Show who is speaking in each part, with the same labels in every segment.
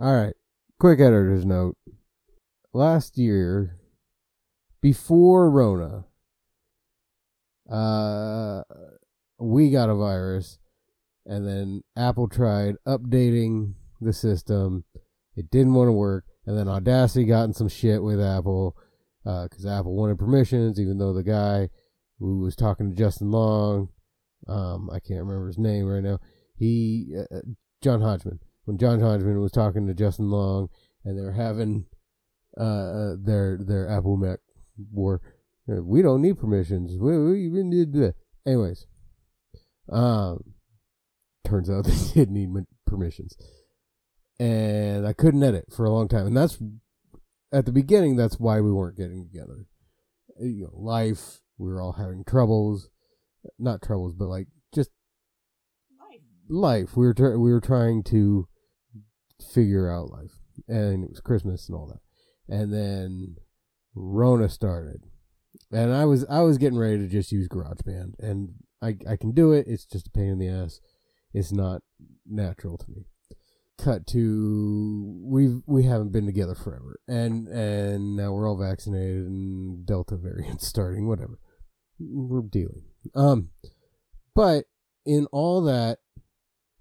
Speaker 1: All right. Quick editor's note. Last year, before Rona, uh, we got a virus, and then Apple tried updating the system. It didn't want to work, and then Audacity got in some shit with Apple because Apple wanted permissions, even though the guy who was talking to Justin Long, um, I can't remember his name right now. He, uh, John Hodgman. When John Hodgman was talking to Justin Long, and they're having uh, their their Apple Mac war, uh, we don't need permissions. We, we, we need that. Anyways, um, turns out they did need m- permissions, and I couldn't edit for a long time. And that's at the beginning. That's why we weren't getting together. You know, life. We were all having troubles, not troubles, but like just
Speaker 2: Life.
Speaker 1: life. We were tr- we were trying to figure out life, and it was Christmas and all that. And then Rona started, and I was I was getting ready to just use GarageBand, and I I can do it. It's just a pain in the ass. It's not natural to me. Cut to we we haven't been together forever, and and now we're all vaccinated and Delta variant starting. Whatever, we're dealing. Um, but in all that,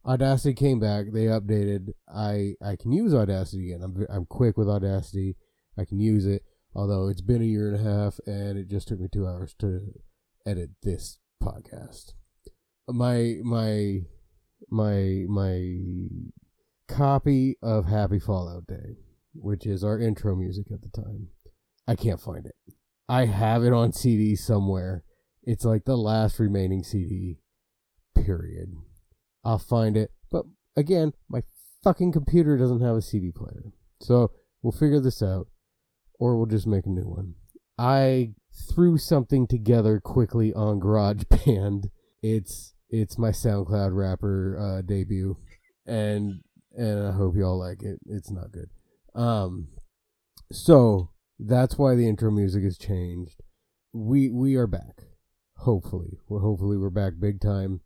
Speaker 1: Audacity came back. They updated. I I can use Audacity again. I'm I'm quick with Audacity. I can use it. Although it's been a year and a half, and it just took me two hours to edit this podcast. My my my my copy of Happy Fallout Day, which is our intro music at the time. I can't find it. I have it on CD somewhere. It's like the last remaining CD. Period. I'll find it. But again, my fucking computer doesn't have a CD player. So we'll figure this out or we'll just make a new one. I threw something together quickly on GarageBand. It's it's my SoundCloud rapper uh, debut and and I hope y'all like it. It's not good. Um so that's why the intro music has changed. We we are back. Hopefully. Well hopefully we're back big time.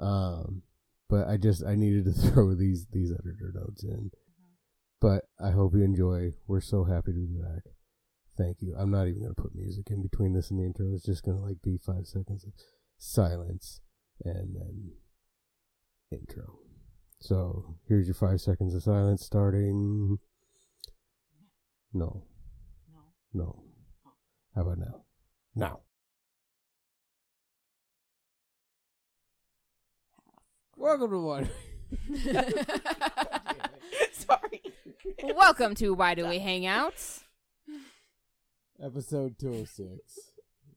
Speaker 1: Um, but I just I needed to throw these these editor notes in. But I hope you enjoy. We're so happy to be back. Thank you. I'm not even gonna put music in between this and the intro. It's just gonna like be five seconds of silence and then intro. So here's your five seconds of silence starting. No,
Speaker 2: No.
Speaker 1: no. How about now? Now. Welcome to one.
Speaker 2: Sorry.
Speaker 3: Welcome to Why Do We Hang Out?
Speaker 1: episode 206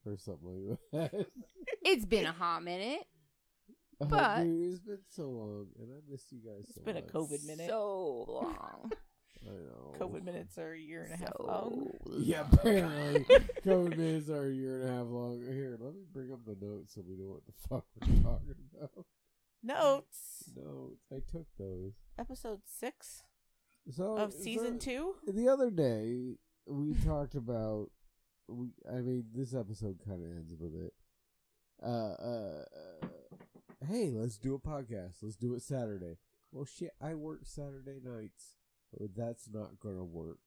Speaker 1: or something like that.
Speaker 3: It's been a hot minute.
Speaker 1: Oh,
Speaker 3: But-
Speaker 1: dude, it's been so long, and I miss you guys.
Speaker 2: It's
Speaker 1: so
Speaker 2: been a
Speaker 1: much.
Speaker 2: COVID minute.
Speaker 3: So long.
Speaker 1: I know.
Speaker 4: Oh.
Speaker 2: COVID minutes are a year and a half
Speaker 3: So
Speaker 2: long.
Speaker 1: Yeah,
Speaker 3: long.
Speaker 1: apparently COVID minutes are a year and a half long. Here, let me bring up the notes so we know what the fuck we're talking about.
Speaker 2: Notes.
Speaker 1: No, I took those.
Speaker 2: Episode six
Speaker 4: Oh,
Speaker 1: So
Speaker 2: of season
Speaker 1: so
Speaker 2: two.
Speaker 1: The other day we talked about. We, I mean, this episode kind of ends with it. Uh, uh, uh, hey, let's do a podcast. Let's do it Saturday. Well, shit, I work Saturday nights. But that's not gonna work.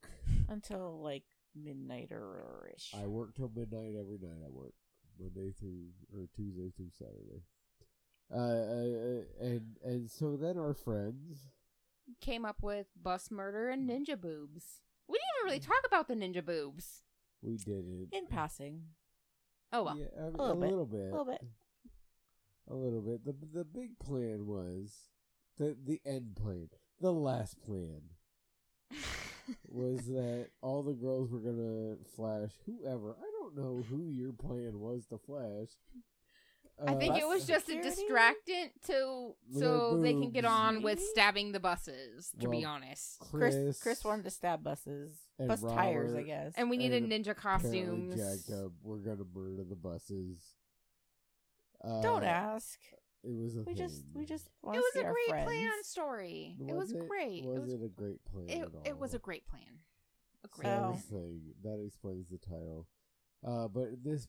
Speaker 2: Until like midnight or ish.
Speaker 1: I work till midnight every night. I work Monday through or Tuesday through Saturday. Uh, uh, uh, and and so then our friends.
Speaker 3: Came up with bus murder and ninja boobs. We didn't even
Speaker 2: Mm.
Speaker 3: really talk about the ninja boobs.
Speaker 1: We did it
Speaker 2: In passing.
Speaker 3: Oh well.
Speaker 1: Yeah, I mean,
Speaker 2: little
Speaker 1: a
Speaker 2: bit.
Speaker 1: little bit.
Speaker 2: Little bit.
Speaker 1: A little bit. The the big plan was the the end plan. The last plan
Speaker 2: Uh,
Speaker 1: was that all the girls were gonna flash whoever. I don't know who your plan was to flash. Uh,
Speaker 3: I think it
Speaker 2: bus
Speaker 3: was just a
Speaker 2: security?
Speaker 3: distractant to
Speaker 1: With
Speaker 3: so
Speaker 1: our
Speaker 3: they can get
Speaker 1: boobs.
Speaker 3: on with
Speaker 2: Maybe?
Speaker 3: stabbing the buses, to be
Speaker 1: Well,
Speaker 3: honest.
Speaker 2: Chris Chris, wanted to stab buses.
Speaker 1: and
Speaker 2: Bus tires, I
Speaker 1: Robert
Speaker 2: guess.
Speaker 3: And we needed
Speaker 1: and
Speaker 3: ninja
Speaker 1: apparently
Speaker 3: costumes.
Speaker 1: Jacked up. We're gonna murder the buses. Uh,
Speaker 2: Don't ask.
Speaker 1: It was a
Speaker 2: We just
Speaker 1: thing.
Speaker 2: we just
Speaker 3: It
Speaker 2: want to
Speaker 3: was
Speaker 2: see
Speaker 3: a
Speaker 2: our
Speaker 3: great
Speaker 2: friends.
Speaker 3: plan story. It was great.
Speaker 1: Was
Speaker 3: it
Speaker 1: it a great plan?
Speaker 3: was
Speaker 1: at
Speaker 3: it, it was
Speaker 1: all?
Speaker 3: a great plan. A great
Speaker 2: So-
Speaker 3: plan.
Speaker 1: Same thing. That explains the title. Uh, but this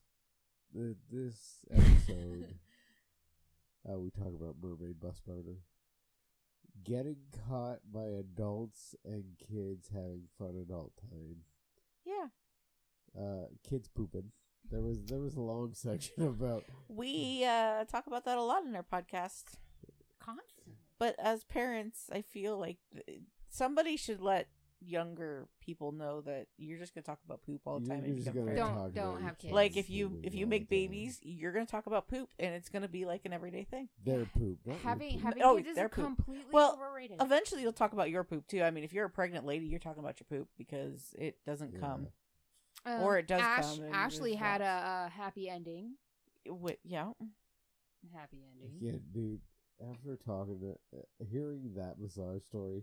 Speaker 1: th- this episode, uh, we talk about mermaid bus murder.
Speaker 5: Getting caught by adults and kids having fun adult time.
Speaker 2: Yeah.
Speaker 5: Uh, kids pooping. There was there was a long section about
Speaker 2: We uh, talk about that a lot in our podcast.
Speaker 3: Constantly.
Speaker 2: But as parents, I feel like th- somebody should let younger people know that you're just going to talk about poop all the
Speaker 5: You're
Speaker 2: time. if you
Speaker 5: just
Speaker 2: don't
Speaker 5: gonna
Speaker 2: care.
Speaker 3: Don't-
Speaker 5: talk about
Speaker 3: have
Speaker 5: your
Speaker 3: kids.
Speaker 2: like
Speaker 5: kids'
Speaker 2: if you
Speaker 5: pooping
Speaker 2: if you
Speaker 5: all
Speaker 2: make
Speaker 5: the time.
Speaker 2: babies, you're going to talk about poop, and it's going to be like an everyday thing.
Speaker 5: their poop. not your
Speaker 3: Having
Speaker 5: poop.
Speaker 3: having
Speaker 2: Oh,
Speaker 3: kids is
Speaker 2: they're poop.
Speaker 3: completely
Speaker 2: Well,
Speaker 3: overrated.
Speaker 2: Eventually, you'll talk about your poop too. I mean, if you're a pregnant lady, you're talking about your poop because it doesn't
Speaker 5: Yeah.
Speaker 2: come.
Speaker 3: Um,
Speaker 2: or it does
Speaker 3: Ash,
Speaker 2: come and
Speaker 3: Ashley
Speaker 2: there's
Speaker 3: had
Speaker 2: lots.
Speaker 3: a, a happy ending.
Speaker 2: What? Yeah.
Speaker 3: Happy ending.
Speaker 2: Mm-hmm.
Speaker 5: Yeah, dude. After talking to, uh, hearing that massage story,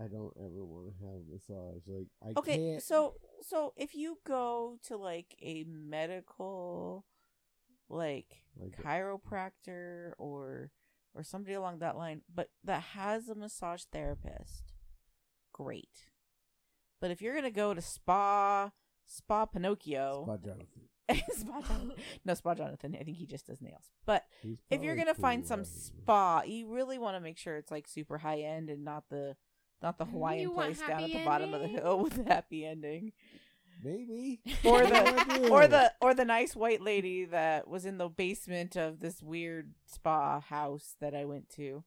Speaker 5: I don't ever want to have a massage. Like I
Speaker 2: okay
Speaker 5: can't-
Speaker 2: so so if you go to like a medical like,
Speaker 5: Like a-
Speaker 2: chiropractor or or somebody along that line but that has a massage therapist great but if you're gonna go to spa spa pinocchio
Speaker 5: Spot Jonathan.
Speaker 2: spa, jonathan, no spa jonathan i think he just does nails but
Speaker 5: He's
Speaker 2: if
Speaker 4: Oh,
Speaker 2: you're
Speaker 5: probably
Speaker 2: gonna
Speaker 5: cool,
Speaker 2: find some
Speaker 5: uh,
Speaker 2: spa you really want to make sure it's like super high end and not the not the
Speaker 3: Mm, You
Speaker 2: hawaiian
Speaker 3: want
Speaker 2: place down at
Speaker 3: happy
Speaker 2: the bottom of the
Speaker 3: ending?
Speaker 2: hill with a happy ending
Speaker 5: Maybe.
Speaker 2: Or
Speaker 5: the-
Speaker 2: or the or the nice white lady that was in the basement of this weird spa house that I went to.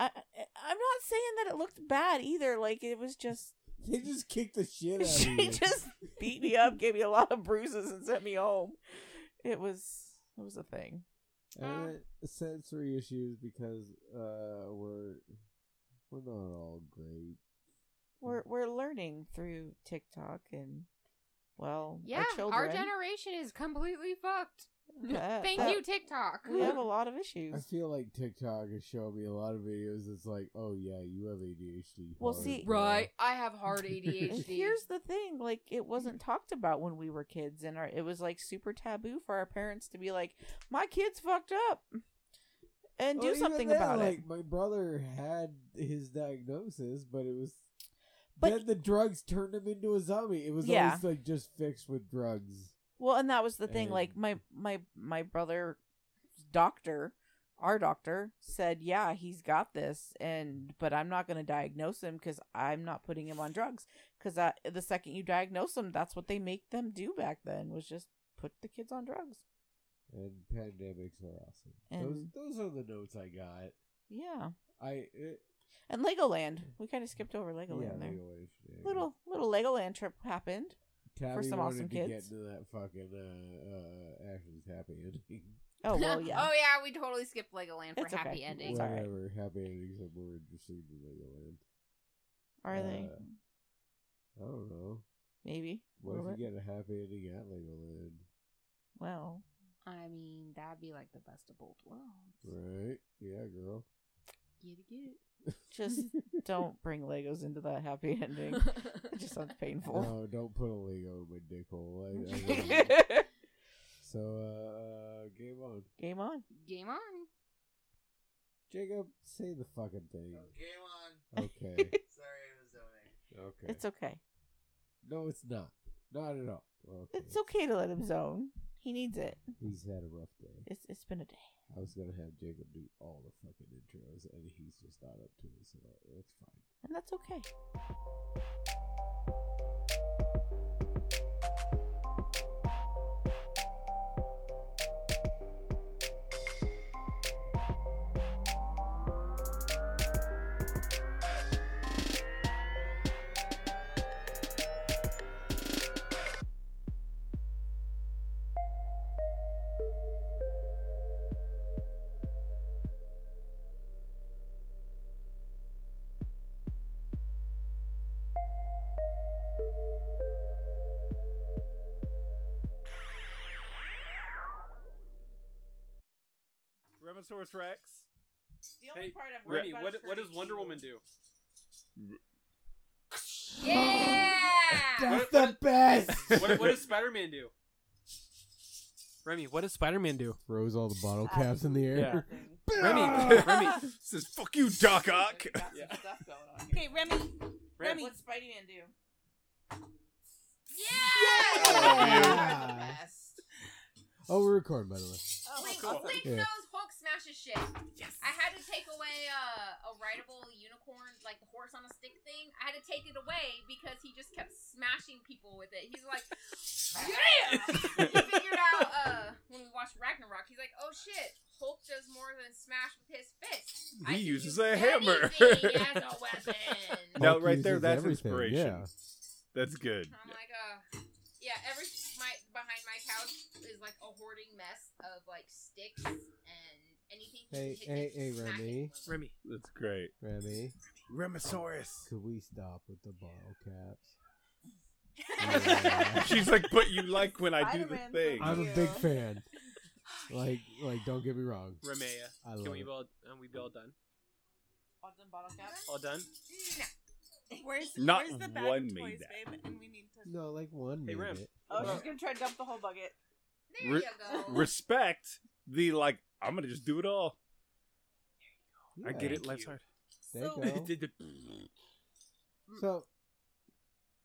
Speaker 2: I, I I'm not saying that it looked bad either. Like it was just
Speaker 5: They just kicked the shit out of
Speaker 2: she
Speaker 5: me.
Speaker 2: just beat me up, gave me a lot of bruises, and sent me home. It was it was a thing.
Speaker 5: Uh, sensory issues because uh, we're we're not all great.
Speaker 2: We're we're learning through TikTok and well,
Speaker 3: Yeah,
Speaker 2: our children.
Speaker 3: our generation is completely fucked.
Speaker 2: Yeah,
Speaker 3: Thank
Speaker 2: that-
Speaker 3: you, TikTok.
Speaker 2: We have a lot of
Speaker 5: I
Speaker 2: issues.
Speaker 5: feel like TikTok is showing me a lot of videos that's like, oh yeah, you have ADHD.
Speaker 2: Well,
Speaker 5: hard,
Speaker 2: see-
Speaker 5: bro."
Speaker 3: Right, I have hard
Speaker 2: And
Speaker 3: ADHD.
Speaker 2: here's the thing like it wasn't
Speaker 3: Mm-hmm.
Speaker 2: talked about when we were kids and our, it was like super taboo for our parents to be like my kids fucked up and
Speaker 5: Well,
Speaker 2: do
Speaker 5: Oh, even
Speaker 2: something
Speaker 5: then,
Speaker 2: about
Speaker 5: like,
Speaker 2: it
Speaker 5: My brother had his diagnosis, but it was.
Speaker 2: But-
Speaker 5: then the drugs turned him into a zombie. It was
Speaker 2: Yeah.
Speaker 5: always like just fixed with drugs.
Speaker 2: well and that was the thing
Speaker 5: And-
Speaker 2: like my my my brother doctor our doctor said yeah he's got this and but i'm not going to diagnose him because i'm not putting him on drugs because the second you diagnose them that's what they make them do back then was just put the kids on drugs
Speaker 5: And pandemics are awesome.
Speaker 2: And-
Speaker 5: those those are the notes I got.
Speaker 2: yeah
Speaker 5: I it,
Speaker 2: and legoland we kind of skipped over legoland
Speaker 5: yeah,
Speaker 2: there
Speaker 5: Legoland shenanigans.
Speaker 2: little little Legoland trip happened.
Speaker 5: Tabby
Speaker 2: some
Speaker 5: wanted
Speaker 2: awesome
Speaker 5: to Get
Speaker 2: kids.
Speaker 5: to that fucking uh, uh, Ashley's happy ending.
Speaker 2: Oh well, yeah.
Speaker 3: oh yeah, we totally skipped Legoland for
Speaker 2: It's
Speaker 3: happy
Speaker 2: okay.
Speaker 3: ending.
Speaker 2: It's all right.
Speaker 5: Whatever, happy endings are more interesting than Legoland.
Speaker 2: Are they?
Speaker 5: uh, I don't know.
Speaker 2: Maybe.
Speaker 5: What
Speaker 2: Will
Speaker 5: if you get a happy ending at Legoland?
Speaker 2: Well,
Speaker 3: I mean, that'd be like the best of both worlds.
Speaker 5: Right? Yeah, girl.
Speaker 3: Get it, get it.
Speaker 2: just don't bring Legos into that happy ending. It just sounds painful.
Speaker 5: No, don't put a Lego in my dick hole. I, I don't know.
Speaker 2: Game
Speaker 5: so, uh, uh, game on.
Speaker 2: on.
Speaker 3: Game on.
Speaker 5: Jacob, say the fucking thing.
Speaker 6: Game on.
Speaker 5: Okay.
Speaker 6: Sorry, I was zoning.
Speaker 5: Okay.
Speaker 2: It's okay.
Speaker 5: no, it's not. Not at all. Okay.
Speaker 2: It's okay to let him zone. He needs it.
Speaker 5: He's had a rough day.
Speaker 2: It's it's been a day.
Speaker 5: I was gonna have Jacob do all the fucking intros, and he's just not up to it, so that- that's fine.
Speaker 2: And that's okay.
Speaker 7: Rhinoceros Rex.
Speaker 2: The
Speaker 7: only Hey,
Speaker 2: part I'm
Speaker 7: Re- what, what does Wonder Woman do?
Speaker 3: Yeah.
Speaker 7: That's
Speaker 5: That's the
Speaker 7: the
Speaker 5: best.
Speaker 7: What, what does Spider Man do? Remy, what does Spider Man do?
Speaker 5: Throws all the bottle caps in the air.
Speaker 7: Remy, Remy says, "Fuck you, Doc Ock." Yeah.
Speaker 2: Okay, Remy.
Speaker 7: Remy.
Speaker 2: what's Spidey Man do?
Speaker 3: Yeah.
Speaker 5: Oh, we're recording by the way.
Speaker 3: Link,
Speaker 7: cool.
Speaker 5: Oh,
Speaker 3: Link
Speaker 5: Yeah.
Speaker 3: knows Hulk smashed conscious shit.
Speaker 7: Yes.
Speaker 3: I had to take away uh, a rideable unicorn, like the horse on a stick thing. I had to take it away because he just kept smashing people with it. He's like, yeah! we figured out uh, when we watched Ragnarok, he's like, oh shit, Hulk does more than smash with his fist. I
Speaker 8: He
Speaker 3: can
Speaker 8: uses
Speaker 3: use
Speaker 8: a hammer.
Speaker 3: anything as a weapon.
Speaker 8: Now,
Speaker 4: Hulk
Speaker 8: right there,
Speaker 4: uses
Speaker 8: that's
Speaker 4: everything,
Speaker 8: inspiration.
Speaker 4: yeah.
Speaker 8: That's good.
Speaker 3: I'm like, uh, yeah. Every my behind my couch is like a hoarding mess of like sticks and anything.
Speaker 4: Hey,
Speaker 3: he can
Speaker 4: hey,
Speaker 3: just
Speaker 4: hey,
Speaker 3: smack it
Speaker 4: Remy.
Speaker 3: with.
Speaker 7: Remy.
Speaker 8: That's great.
Speaker 4: Remy,
Speaker 7: Remosaurus.
Speaker 4: could we stop with the bottle caps?
Speaker 8: She's like, but you like when I do the
Speaker 9: Spider-Man
Speaker 8: thing.
Speaker 9: from-
Speaker 4: I'm a
Speaker 9: Yeah.
Speaker 4: big fan. Like, like, don't get me wrong.
Speaker 7: Remea.
Speaker 4: I love
Speaker 7: Can we
Speaker 4: it.
Speaker 7: be all, um, we be all done?
Speaker 9: Odds and bottle cap.
Speaker 7: All done?
Speaker 10: Where's,
Speaker 8: Oh, Not
Speaker 10: where's the bag
Speaker 8: one
Speaker 10: of
Speaker 8: made
Speaker 10: toys,
Speaker 8: that.
Speaker 10: babe? And we need to.
Speaker 4: No, like one
Speaker 7: Hey, Rem.
Speaker 4: minute.
Speaker 9: Oh,
Speaker 4: Well-
Speaker 9: she's gonna try to dump the whole bucket.
Speaker 3: There
Speaker 8: Re-
Speaker 3: you go.
Speaker 8: Respect the like. I'm gonna just do it all. I
Speaker 4: Yeah.
Speaker 8: get it.
Speaker 7: Thank
Speaker 8: Life's
Speaker 7: you.
Speaker 8: hard.
Speaker 4: There you
Speaker 9: So-
Speaker 4: go. So,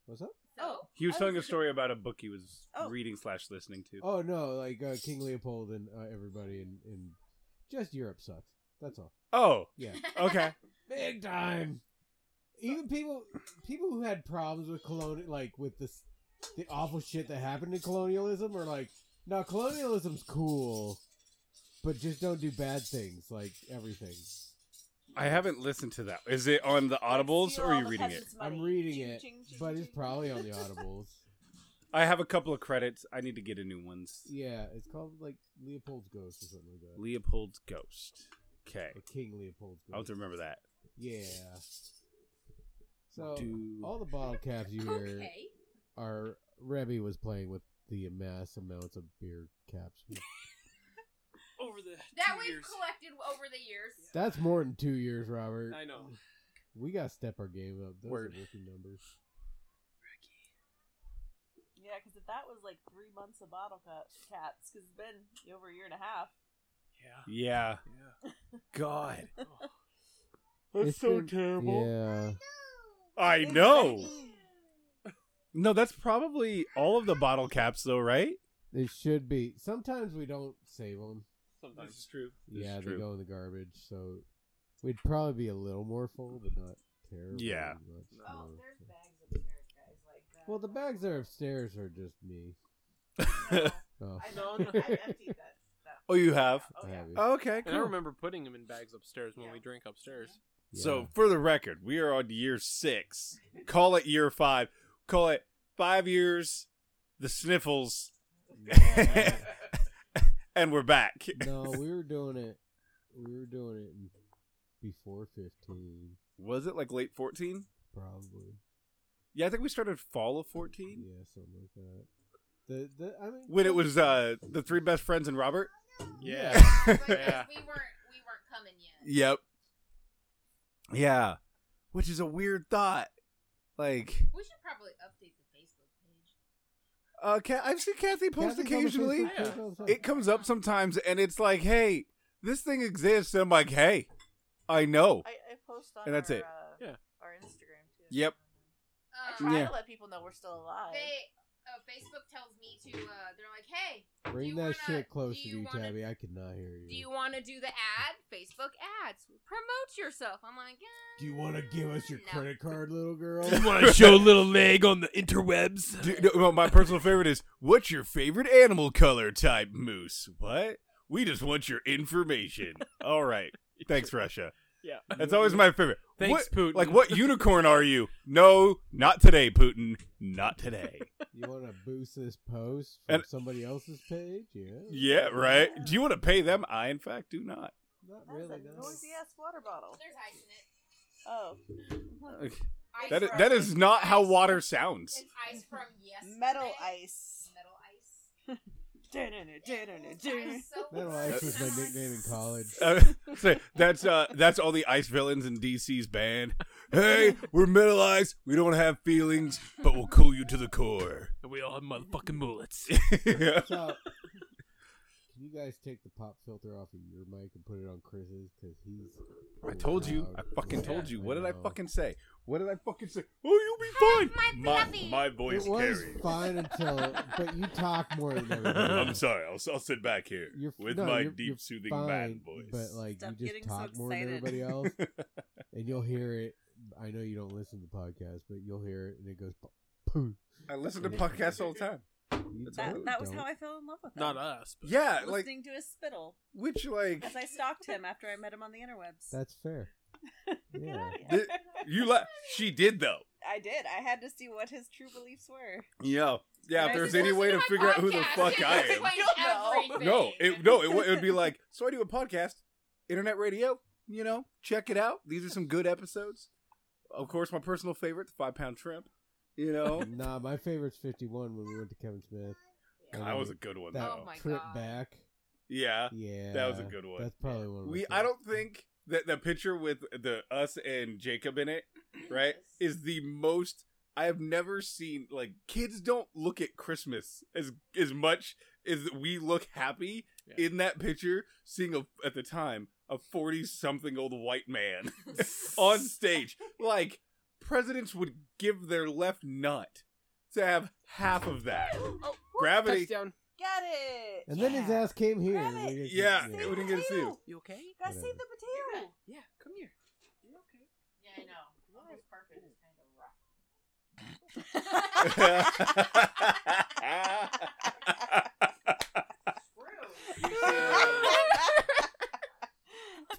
Speaker 4: what's up?
Speaker 3: so,
Speaker 8: He was
Speaker 9: I
Speaker 8: telling a
Speaker 9: was-
Speaker 8: story about a book he was
Speaker 9: Oh.
Speaker 8: reading slash listening to.
Speaker 4: Oh no, like uh, King Leopold and uh, everybody in, in just Europe sucks. That's all.
Speaker 8: Oh,
Speaker 4: Yeah,
Speaker 8: okay.
Speaker 4: big time. Even people people who had problems with colonial, like with this the awful shit that happened in colonialism, are like, now colonialism's cool, but just don't do bad things like everything.
Speaker 8: I haven't listened to that. Is it on the audibles or are you reading it?
Speaker 4: I'm reading it, but it's probably on the audibles.
Speaker 8: I have a couple of credits. I need to get a new one.
Speaker 4: Yeah, it's called like Leopold's Ghost or something like that.
Speaker 8: Leopold's Ghost. Okay.
Speaker 4: or King Leopold's Ghost.
Speaker 8: I'll have to remember that.
Speaker 4: Yeah. So
Speaker 8: Do-
Speaker 4: all the bottle caps you hear
Speaker 3: okay.
Speaker 4: are Remy was playing with the mass amounts of beer caps.
Speaker 7: Over the
Speaker 3: That
Speaker 7: two
Speaker 3: we've
Speaker 7: years.
Speaker 3: collected over the years.
Speaker 4: That's more than two years, Robert.
Speaker 7: I know.
Speaker 4: We gotta step our game up. Those
Speaker 8: Word.
Speaker 4: are rookie numbers.
Speaker 9: Yeah, because if that was like three months of bottle cap, caps, because it's been over a year and a half.
Speaker 7: Yeah.
Speaker 8: Yeah.
Speaker 7: Yeah.
Speaker 8: God.
Speaker 7: Oh.
Speaker 8: That's
Speaker 4: It's
Speaker 8: so
Speaker 4: been-
Speaker 8: terrible.
Speaker 4: Yeah.
Speaker 8: I know. No, that's probably all of the bottle caps, though, right?
Speaker 4: It should be. Sometimes we don't save them.
Speaker 7: Sometimes it's true.
Speaker 8: This is
Speaker 4: yeah, they
Speaker 8: true.
Speaker 4: go in the garbage. So we'd probably be a little more full, but not terrible.
Speaker 8: Yeah.
Speaker 4: Much
Speaker 9: Oh,
Speaker 4: more.
Speaker 9: there's bags upstairs, guys. Like uh, that.
Speaker 4: Well, the bags that are upstairs are just me. Oh,
Speaker 9: I
Speaker 7: No,
Speaker 9: know.
Speaker 7: no.
Speaker 9: I've emptied that. that.
Speaker 8: Oh, you have?
Speaker 9: Oh
Speaker 4: I
Speaker 9: yeah.
Speaker 4: have it.
Speaker 8: Okay,
Speaker 7: And I remember putting them in bags upstairs when
Speaker 9: Yeah.
Speaker 7: we drink upstairs.
Speaker 4: Yeah.
Speaker 8: So, for the record, we are on year six. Call it year five. Call it five years, the sniffles, and we're back.
Speaker 4: no, we were doing it. We were doing it in- before fifteen,
Speaker 8: Was it like late 14?
Speaker 4: probably.
Speaker 8: Yeah, I think we started fall of 14
Speaker 4: Yeah, something like that. The the I mean,
Speaker 8: when it was uh the three best friends and Robert.
Speaker 7: Yeah.
Speaker 3: But
Speaker 7: Yeah.
Speaker 3: We weren't. We weren't coming yet.
Speaker 8: Yep. Yeah. Which is a weird thought. Like,
Speaker 3: We should probably update the Facebook page.
Speaker 8: uh, Ca- I've seen Kathy post
Speaker 4: Kathy's on the
Speaker 8: occasionally.
Speaker 4: Facebook page all the time.
Speaker 8: It comes up sometimes, and it's like, hey, this thing exists. And I'm like, hey, I know.
Speaker 9: I, I post on
Speaker 8: And that's
Speaker 9: our,
Speaker 8: it.
Speaker 9: Uh,
Speaker 7: Yeah.
Speaker 9: our Instagram too.
Speaker 8: Yep.
Speaker 9: I
Speaker 3: Um,
Speaker 9: try
Speaker 8: Yeah.
Speaker 9: to let people know we're still alive.
Speaker 3: They. Uh, Facebook tells me to. Uh, they're like, hey, do
Speaker 4: bring
Speaker 3: you
Speaker 4: that
Speaker 3: wanna-
Speaker 4: shit close
Speaker 3: do
Speaker 4: to
Speaker 3: you
Speaker 4: you,
Speaker 3: wanna-
Speaker 4: Tabby. I could not hear you.
Speaker 3: do you want to do the ad? Facebook ads. Promote yourself. I'm like, uh,
Speaker 4: Do you want to give us your
Speaker 3: no.
Speaker 4: credit card, little girl?
Speaker 7: want to show little leg on the interwebs?
Speaker 8: Dude, no, my personal favorite is what's your favorite animal color type moose? What? We just want your information. All right. Thanks, Russia.
Speaker 7: Yeah.
Speaker 8: That's always my favorite.
Speaker 7: Thanks,
Speaker 8: What-
Speaker 7: Putin.
Speaker 8: Like, what unicorn are you? No, not today, Putin. Not today.
Speaker 4: you want to boost this post from
Speaker 8: And-
Speaker 4: somebody else's page? Yeah.
Speaker 8: Yeah, right. Do you want to pay them? I, in fact, do not.
Speaker 4: Not
Speaker 9: That's
Speaker 4: really.
Speaker 9: a
Speaker 4: No.
Speaker 9: noisy ass water bottle.
Speaker 3: there's ice in it.
Speaker 9: Oh,
Speaker 3: Ice
Speaker 8: That is,
Speaker 3: from-
Speaker 8: that is not how water sounds.
Speaker 3: It's ice from yesterday.
Speaker 9: metal ice.
Speaker 3: Metal ice.
Speaker 9: Ice.
Speaker 4: Metal Ice was my nickname in college.
Speaker 8: Uh, so that's uh, that's all the ice villains in DC's band. Hey, we're metal ice. We don't have feelings, but we'll cool you to the core.
Speaker 7: And we all have motherfucking mullets.
Speaker 4: So, you guys take the pop filter off of your mic and put it on Chris's because he's.
Speaker 8: I told you. I
Speaker 4: loud
Speaker 8: fucking
Speaker 4: as
Speaker 8: told you.
Speaker 4: hell.
Speaker 8: What did I
Speaker 4: know.
Speaker 8: fucking say? What did I fucking say? Oh, you'll be
Speaker 3: Have
Speaker 8: fine.
Speaker 3: my fluffy.
Speaker 8: voice
Speaker 4: it was fine until, but you talk more than everybody.
Speaker 8: I'm
Speaker 4: else.
Speaker 8: sorry. I'll, I'll sit back here
Speaker 4: You're-
Speaker 8: with
Speaker 4: no,
Speaker 8: my
Speaker 4: you're-
Speaker 8: deep,
Speaker 4: you're
Speaker 8: soothing
Speaker 4: fine,
Speaker 8: man voice.
Speaker 4: But like
Speaker 9: Stop
Speaker 4: you
Speaker 9: getting
Speaker 4: just
Speaker 9: so
Speaker 4: talk more than everybody
Speaker 9: excited.
Speaker 4: else, and you'll hear it. I know you don't listen to podcasts, but you'll hear it, and it goes pooh.
Speaker 8: I listen to podcasts all the time.
Speaker 4: You
Speaker 8: That's
Speaker 4: don't-
Speaker 8: all.
Speaker 9: That, that was
Speaker 4: don't.
Speaker 9: how I fell in love with him.
Speaker 11: Not us. But
Speaker 8: Yeah, like
Speaker 9: Listening to his spittle
Speaker 8: which like
Speaker 9: as I stalked him after I met him on the interwebs.
Speaker 4: That's fair.
Speaker 9: Get
Speaker 4: Yeah.
Speaker 9: out of here.
Speaker 8: Th- you la- she did though.
Speaker 9: I did. I had to see what his true beliefs were.
Speaker 8: Yeah, yeah. If
Speaker 9: Nice.
Speaker 8: there's any way to
Speaker 3: My
Speaker 8: figure out who the
Speaker 3: podcast.
Speaker 8: fuck
Speaker 3: You
Speaker 8: I
Speaker 3: explain
Speaker 8: am,
Speaker 3: everything.
Speaker 8: no, it no, it, w- it would be like so. I do a podcast, internet radio. You know, check it out. These are some good episodes. Of course, my personal favorite, the Five Pound Shrimp. You know,
Speaker 4: Nah, my favorite's 51 when we went to Kevin Smith.
Speaker 8: God, that was a good one
Speaker 4: That
Speaker 8: though.
Speaker 3: Oh my
Speaker 4: trip
Speaker 3: God.
Speaker 4: back.
Speaker 8: Yeah,
Speaker 4: Yeah.
Speaker 8: That was a good one.
Speaker 4: That's probably one of my
Speaker 8: we. I
Speaker 4: favorites.
Speaker 8: don't think that the picture with the us and Jacob in it, right, is the most. I have never seen like kids don't look at Christmas as as much as we look happy
Speaker 11: Yeah.
Speaker 8: in that picture, seeing a at the time a forty something old white man on stage. Like presidents would give their left nut to have half of that.
Speaker 11: Oh,
Speaker 8: Gravity.
Speaker 11: touchdown.
Speaker 9: Got it.
Speaker 4: And then his
Speaker 9: Yeah.
Speaker 4: ass came here.
Speaker 9: Grab
Speaker 4: and we didn't-
Speaker 8: Yeah,
Speaker 9: Save
Speaker 8: it
Speaker 9: the
Speaker 8: wouldn't get to see
Speaker 9: potato.
Speaker 11: You okay?
Speaker 9: Gotta
Speaker 4: Whatever.
Speaker 9: save the potato.
Speaker 11: Yeah, come here.
Speaker 3: Yeah, I know. Almost perfect is kind of rough.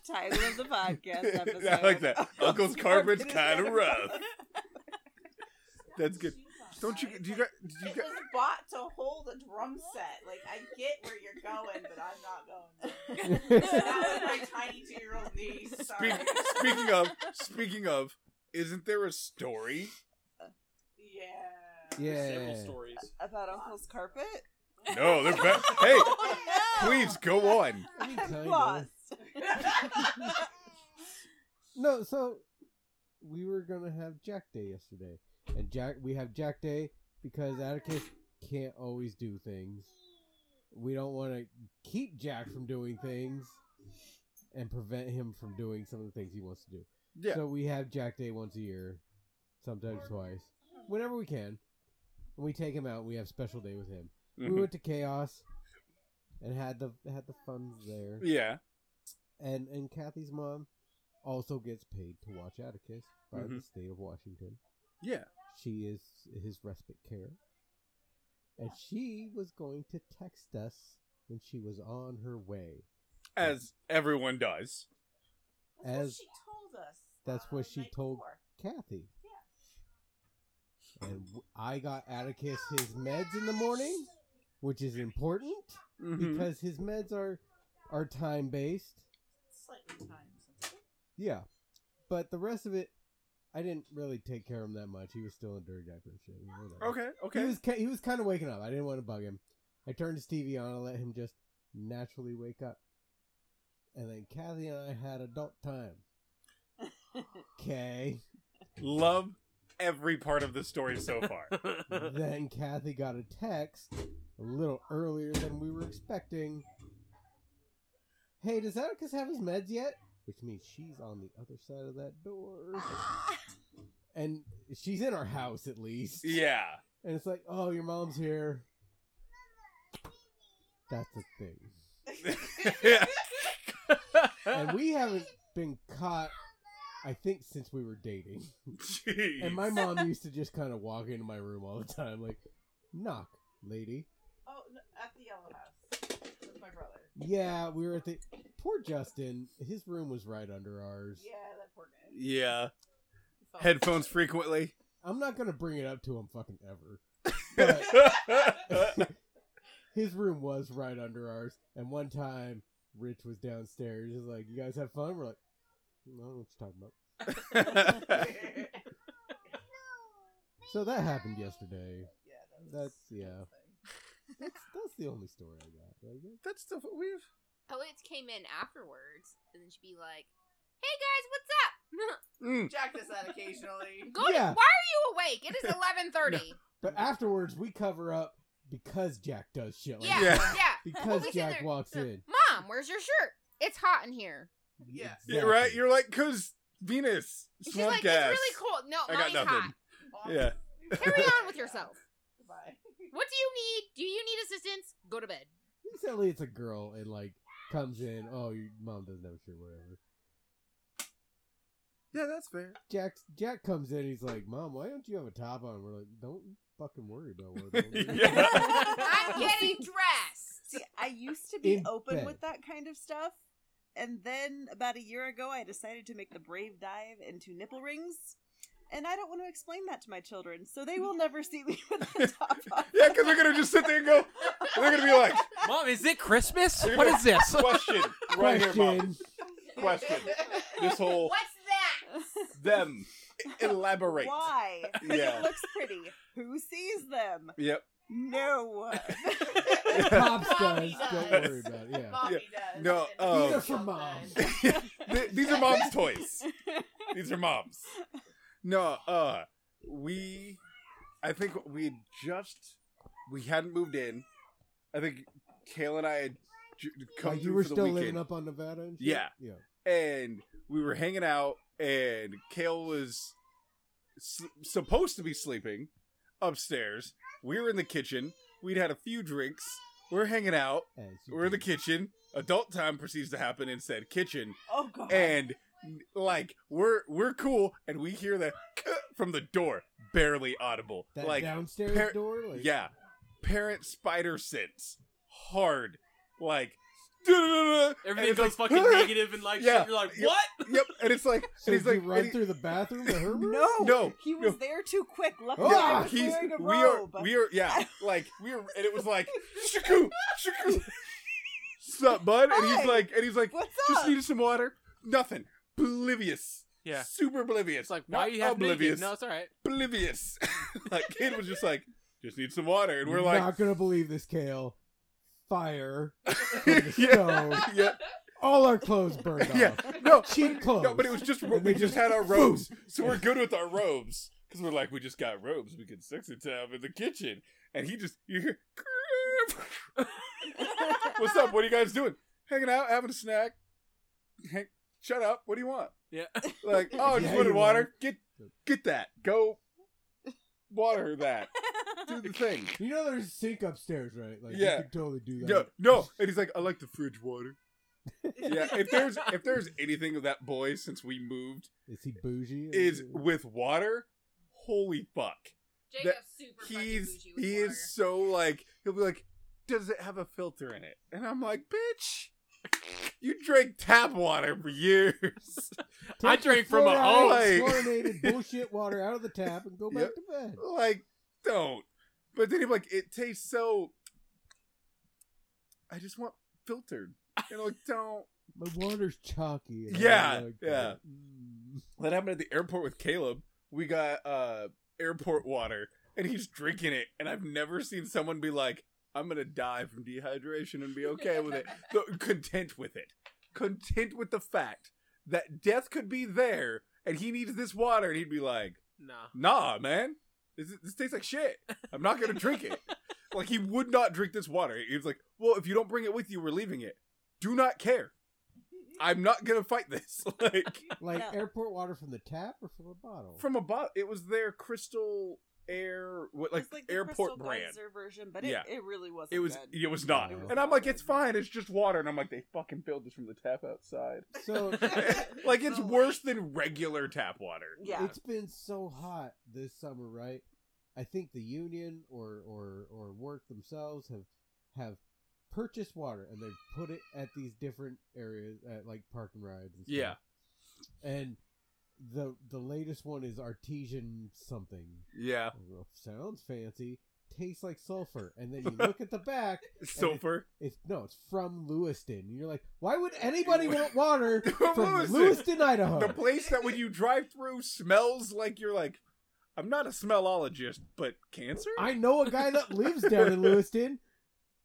Speaker 9: Title of the podcast episode.
Speaker 8: I like that. Uncle's carpet's
Speaker 9: carpet is
Speaker 8: kinda
Speaker 9: kinda
Speaker 8: rough. That's good. Don't you? Do you? got- Do you?
Speaker 2: It
Speaker 8: got-
Speaker 2: was bought to hold a drum set. Like I get where you're going, but I'm not going. There. that was my tiny two year old niece. Sorry.
Speaker 8: Speak, speaking of, speaking of, isn't there a story?
Speaker 2: yeah.
Speaker 11: Several
Speaker 4: Yeah.
Speaker 11: stories.
Speaker 9: About Uncle's carpet?
Speaker 8: No, they're ba- hey,
Speaker 9: Oh, no.
Speaker 8: please go on.
Speaker 4: I mean, kinda.
Speaker 9: Lost.
Speaker 4: No, so we were gonna have Jack Day yesterday, and Jack we have Jack Day because Atticus can't always do things. We don't want to keep Jack from doing things and prevent him from doing some of the things he wants to do.
Speaker 8: Yeah,
Speaker 4: So we have Jack Day once a year, sometimes twice, whenever we can. And we take him out. and We have special day with him. We
Speaker 8: Mhm.
Speaker 4: went to Chaos and had the had the fun there
Speaker 8: yeah.
Speaker 4: and and Kathy's mom also gets paid to watch Atticus by the state of Washington.
Speaker 8: Yeah.
Speaker 4: She is his respite care, and she was going to text us when she was on her way.
Speaker 8: As everyone does.
Speaker 2: That's what
Speaker 4: As-
Speaker 2: she told us.
Speaker 4: that's what
Speaker 2: the
Speaker 4: she
Speaker 2: night
Speaker 4: told-
Speaker 2: before.
Speaker 4: Kathy. And w- I got Atticus his meds in the morning, which is important
Speaker 8: Mhm.
Speaker 4: because his meds are are time based.
Speaker 2: Slightly time sensitive.
Speaker 4: Yeah. But the rest of it, I didn't really take care of him that much. He was still in dirty diaper and shit. whatever.
Speaker 8: Mm-hmm. Okay. Okay.
Speaker 4: He was ki- he was kind of waking up. I didn't want to bug him. I turned his TV on and let him just naturally wake up. And then Kathy and I had adult time. Okay.
Speaker 8: Love every part of the story so far.
Speaker 4: then Kathy got a text a little earlier than we were expecting. Hey, does Atticus have his meds yet? Which means she's on the other side of that door. and she's in our house at least.
Speaker 8: yeah.
Speaker 4: And it's like, oh, your mom's here. That's a thing. And we haven't been caught, I think, since we were dating.
Speaker 8: Jeez.
Speaker 4: And my mom used to just kind of walk into my room all the time, like, knock, lady.
Speaker 2: Oh, no, at the yellow house with my brother.
Speaker 4: Yeah, we were at the. Poor Justin. His room was right under ours.
Speaker 2: Yeah, that poor guy.
Speaker 8: yeah.
Speaker 2: He fell
Speaker 8: Headphones
Speaker 2: asleep.
Speaker 8: frequently.
Speaker 4: I'm not going to bring it up to him fucking ever. But his room was right under ours. And one time, Rich was downstairs. He's like, "You guys have fun." We're like, "I don't know what you're talking about."
Speaker 8: Mm,
Speaker 4: So that happened yesterday.
Speaker 2: Yeah, that was
Speaker 4: That's-
Speaker 2: a
Speaker 4: yeah.
Speaker 2: thing.
Speaker 4: That's that's the only story I got. Like, it-
Speaker 8: That's stuff we've.
Speaker 3: Elliot Oh, came in afterwards, and then she'd be like, "Hey guys, what's up?
Speaker 8: Mm.
Speaker 2: Jack does that occasionally.
Speaker 3: Go to-
Speaker 4: Yeah.
Speaker 3: why are you awake? It is eleven thirty.
Speaker 4: but afterwards, we cover up because Jack does shit like
Speaker 3: Yeah,
Speaker 4: that.
Speaker 3: yeah.
Speaker 8: Yeah.
Speaker 4: Because
Speaker 3: We'll be sitting
Speaker 4: Jack
Speaker 3: there,
Speaker 4: walks
Speaker 3: so,
Speaker 4: in.
Speaker 3: Mom, where's your shirt? It's hot in here.
Speaker 7: Yeah.
Speaker 8: Yeah, right? You're like, cause Venus,
Speaker 3: She's
Speaker 8: swamp
Speaker 3: like,
Speaker 8: gas.
Speaker 3: it's really cold. No,
Speaker 8: I
Speaker 3: mommy's
Speaker 8: got
Speaker 3: hot.
Speaker 8: nothing. Yeah.
Speaker 3: Carry on with yourself.
Speaker 9: Goodbye.
Speaker 3: What do you need? Do you need assistance? Go to bed.
Speaker 4: Suddenly it's a girl and like comes in. Oh, your mom doesn't have a shirt, whatever.
Speaker 8: Yeah, that's fair.
Speaker 4: Jack Jack comes in. He's like, "Mom, why don't you have a top on?" We're like, "Don't fucking worry about what." I'm doing."
Speaker 8: Yeah.
Speaker 3: I'm getting dressed.
Speaker 9: See, I used to be
Speaker 4: In
Speaker 9: open
Speaker 4: bed.
Speaker 9: with that kind of stuff. And then about a year ago, I decided to make the brave dive into nipple rings. And I don't want to explain that to my children, so they will never see me with the top off.
Speaker 8: Yeah, because they're gonna just sit there and go. They're gonna be like,
Speaker 7: Mom, is it Christmas? What is this?
Speaker 8: question right here, mom.
Speaker 4: Question.
Speaker 8: Question. This whole
Speaker 3: What's that?
Speaker 8: them elaborate.
Speaker 9: Why?
Speaker 8: Yeah.
Speaker 9: It looks pretty. Who sees them?
Speaker 8: Yep.
Speaker 9: No.
Speaker 4: Pops
Speaker 12: Mommy
Speaker 4: does. Don't
Speaker 12: does.
Speaker 4: worry about it. Yeah.
Speaker 12: Mommy does.
Speaker 8: No,
Speaker 12: And
Speaker 8: um,
Speaker 4: These are
Speaker 12: Rachel
Speaker 4: for mom.
Speaker 12: does.
Speaker 8: Th- These are mom's toys. These are mom's. No, uh, we, I think we had just, we hadn't moved in. I think Kale and I had j- come
Speaker 4: Like, you
Speaker 8: through
Speaker 4: were
Speaker 8: for the
Speaker 4: still
Speaker 8: weekend.
Speaker 4: living up on Nevada. And shit?
Speaker 8: Yeah.
Speaker 4: Yeah.
Speaker 8: and we were hanging out and kale was s- supposed to be sleeping upstairs we were in the kitchen we'd had a few drinks we're hanging out
Speaker 4: As you
Speaker 8: we're in the
Speaker 4: do.
Speaker 8: kitchen adult time proceeds to happen in said kitchen
Speaker 9: Oh, God.
Speaker 8: and like we're we're cool and we hear the from the door barely audible
Speaker 4: That
Speaker 8: like
Speaker 4: downstairs
Speaker 8: par-
Speaker 4: door. Like,
Speaker 8: yeah. Parent spider sense. Hard. Like and
Speaker 7: Everything
Speaker 8: it's
Speaker 7: goes
Speaker 8: like,
Speaker 7: fucking negative and like
Speaker 8: Yeah.
Speaker 7: shit. You're like,
Speaker 8: Yep.
Speaker 7: what?
Speaker 8: Yep. And it's like
Speaker 4: So
Speaker 8: and he's
Speaker 4: did
Speaker 8: like
Speaker 4: you run
Speaker 8: and he-
Speaker 4: through the bathroom to her room?
Speaker 9: no.
Speaker 8: No,
Speaker 9: He
Speaker 8: no.
Speaker 9: was there too quick. Luckily, I
Speaker 4: Ah,
Speaker 9: was
Speaker 8: he's
Speaker 9: wearing a
Speaker 8: we are
Speaker 9: robe.
Speaker 8: we are yeah, like we are and it was like shakoo, shakoo. Sup, bud? And
Speaker 9: Hi.
Speaker 8: he's like and he's like
Speaker 9: What's
Speaker 8: just
Speaker 9: up?
Speaker 8: needed some water. Nothing. Oblivious.
Speaker 7: Yeah.
Speaker 8: Super oblivious.
Speaker 7: It's like, why
Speaker 8: Not
Speaker 7: you have
Speaker 8: oblivious?
Speaker 7: naked? No, it's all right.
Speaker 8: Oblivious. like kid was just like, just need some water. And we're
Speaker 4: You're
Speaker 8: like
Speaker 4: not gonna believe this, Kale. Fire from the stove.
Speaker 8: yeah.
Speaker 4: All our clothes burned off.
Speaker 8: Yeah. No,
Speaker 4: Cheap clothes.
Speaker 8: No, but it was just
Speaker 4: And
Speaker 8: we
Speaker 4: they
Speaker 8: just
Speaker 4: just-
Speaker 8: had our robes, so we're good with our robes because we're like we just got robes. We can sexy time in the kitchen, and he just you hear. What's up? What are you guys doing? Hanging out, having a snack. Hang- shut up. What do you want?
Speaker 7: Yeah.
Speaker 8: Like, oh, I just
Speaker 4: Yeah,
Speaker 8: wanted
Speaker 4: you
Speaker 8: water.
Speaker 4: want.
Speaker 8: Get get that. Go water that. Do the thing.
Speaker 4: You know there's a sink upstairs, right? Like
Speaker 8: Yeah.
Speaker 4: you could totally do that.
Speaker 8: Yeah, no. And he's like, I like the fridge water. Yeah, if there's if there's anything of that boy since we moved
Speaker 4: Is he bougie?
Speaker 8: is with water, holy fuck.
Speaker 3: Jacob's super fucking
Speaker 8: he's
Speaker 3: bougie with
Speaker 8: he
Speaker 3: water.
Speaker 8: is so like he'll be like, does it have a filter in it? And I'm like, bitch, you drank tap water for years.
Speaker 7: I drank from a hose.
Speaker 4: fluorinated-
Speaker 8: Like-
Speaker 4: Fluorinated bullshit water out of the tap and go back
Speaker 8: Yep.
Speaker 4: to bed.
Speaker 8: like, don't. But then he's like, it tastes so. I just want filtered. And I'm like, don't.
Speaker 4: My water's chalky. and I
Speaker 8: Yeah,
Speaker 4: don't like
Speaker 8: yeah.
Speaker 4: that. Mm.
Speaker 8: That happened at the airport with Caleb. We got uh airport water, and he's drinking it. And I've never seen someone be like, "I'm gonna die from dehydration and be okay with it." So, content with it, content with the fact that death could be there, and he needs this water, and he'd be like,
Speaker 7: Nah.
Speaker 8: "Nah, man, this, is- this tastes like shit. I'm not gonna drink it." like he would not drink this water. He was like, "Well, if you don't bring it with you, we're leaving it. Do not care. I'm not gonna fight this." like.
Speaker 4: Like
Speaker 9: No.
Speaker 4: airport water from the tap or from a bottle?
Speaker 8: from a bottle. It was their crystal air, what, like,
Speaker 9: It's like the
Speaker 8: airport
Speaker 9: Crystal
Speaker 8: brand.
Speaker 9: Geyser version, but it,
Speaker 8: Yeah.
Speaker 9: it really wasn't.
Speaker 8: It was
Speaker 9: good.
Speaker 8: it was not,
Speaker 4: It was
Speaker 8: and
Speaker 9: not
Speaker 8: I'm like,
Speaker 9: good.
Speaker 8: it's fine, it's just water, and I'm like, they fucking filled this from the tap outside.
Speaker 4: so
Speaker 8: like it's
Speaker 9: So, like-
Speaker 8: worse than regular tap water.
Speaker 9: Yeah.
Speaker 4: It's been so hot this summer, right? I think the union or or or work themselves have have purchased water and they've put it at these different areas at like park and rides and stuff.
Speaker 8: Yeah.
Speaker 4: And the the latest one is artesian something.
Speaker 8: yeah,
Speaker 4: Well, Sounds fancy. Tastes like sulfur. And then you look at the back,
Speaker 8: sulfur.
Speaker 4: it's no, it's from Lewiston. And you're like, why would anybody want water
Speaker 8: From
Speaker 4: from
Speaker 8: Lewiston.
Speaker 4: Lewiston, Idaho?
Speaker 8: The place that when you drive through smells like you're like, I'm not a smellologist, but cancer.
Speaker 4: I know a guy that lives down in Lewiston.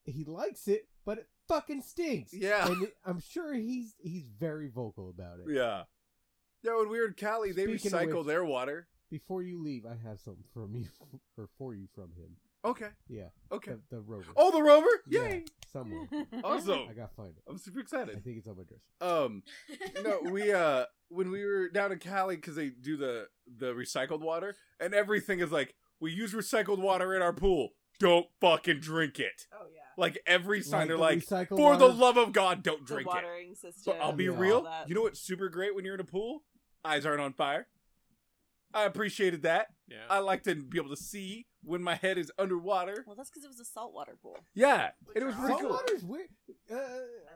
Speaker 4: He likes it, but it fucking stinks.
Speaker 8: Yeah.
Speaker 4: and it- I'm sure he's he's very vocal about it.
Speaker 8: yeah. No, and weird Cali, they
Speaker 4: Speaking of
Speaker 8: recycle
Speaker 4: which-
Speaker 8: their water.
Speaker 4: Before you leave, I have something from you or for you from him.
Speaker 8: Okay.
Speaker 1: Yeah.
Speaker 8: Okay.
Speaker 1: The, the rover.
Speaker 8: Oh, the rover! Yay! Oh.
Speaker 1: somewhere. I
Speaker 8: Awesome.
Speaker 1: gotta find it.
Speaker 8: I'm super
Speaker 1: I
Speaker 8: excited.
Speaker 1: think it's on my dresser.
Speaker 8: Um, no, we uh, when we were down in Cali, because they do the the recycled water, and everything is like, we use recycled water in our pool. Don't fucking drink it.
Speaker 9: Oh yeah.
Speaker 8: Like every sign, they're
Speaker 1: the
Speaker 8: like,
Speaker 1: recycled
Speaker 8: for
Speaker 1: water-
Speaker 8: the love of God, don't
Speaker 9: The
Speaker 8: drink it.
Speaker 9: watering system.
Speaker 8: But I'll be
Speaker 1: Yeah.
Speaker 9: and all
Speaker 8: real.
Speaker 9: that.
Speaker 8: You know what's super great when you're in a pool? Eyes aren't on fire. I appreciated that.
Speaker 7: Yeah.
Speaker 8: I like to be able to see when my head is underwater.
Speaker 9: Well, that's because it was a saltwater pool.
Speaker 8: Yeah, it was pretty cool.
Speaker 1: Saltwater's weird. Uh,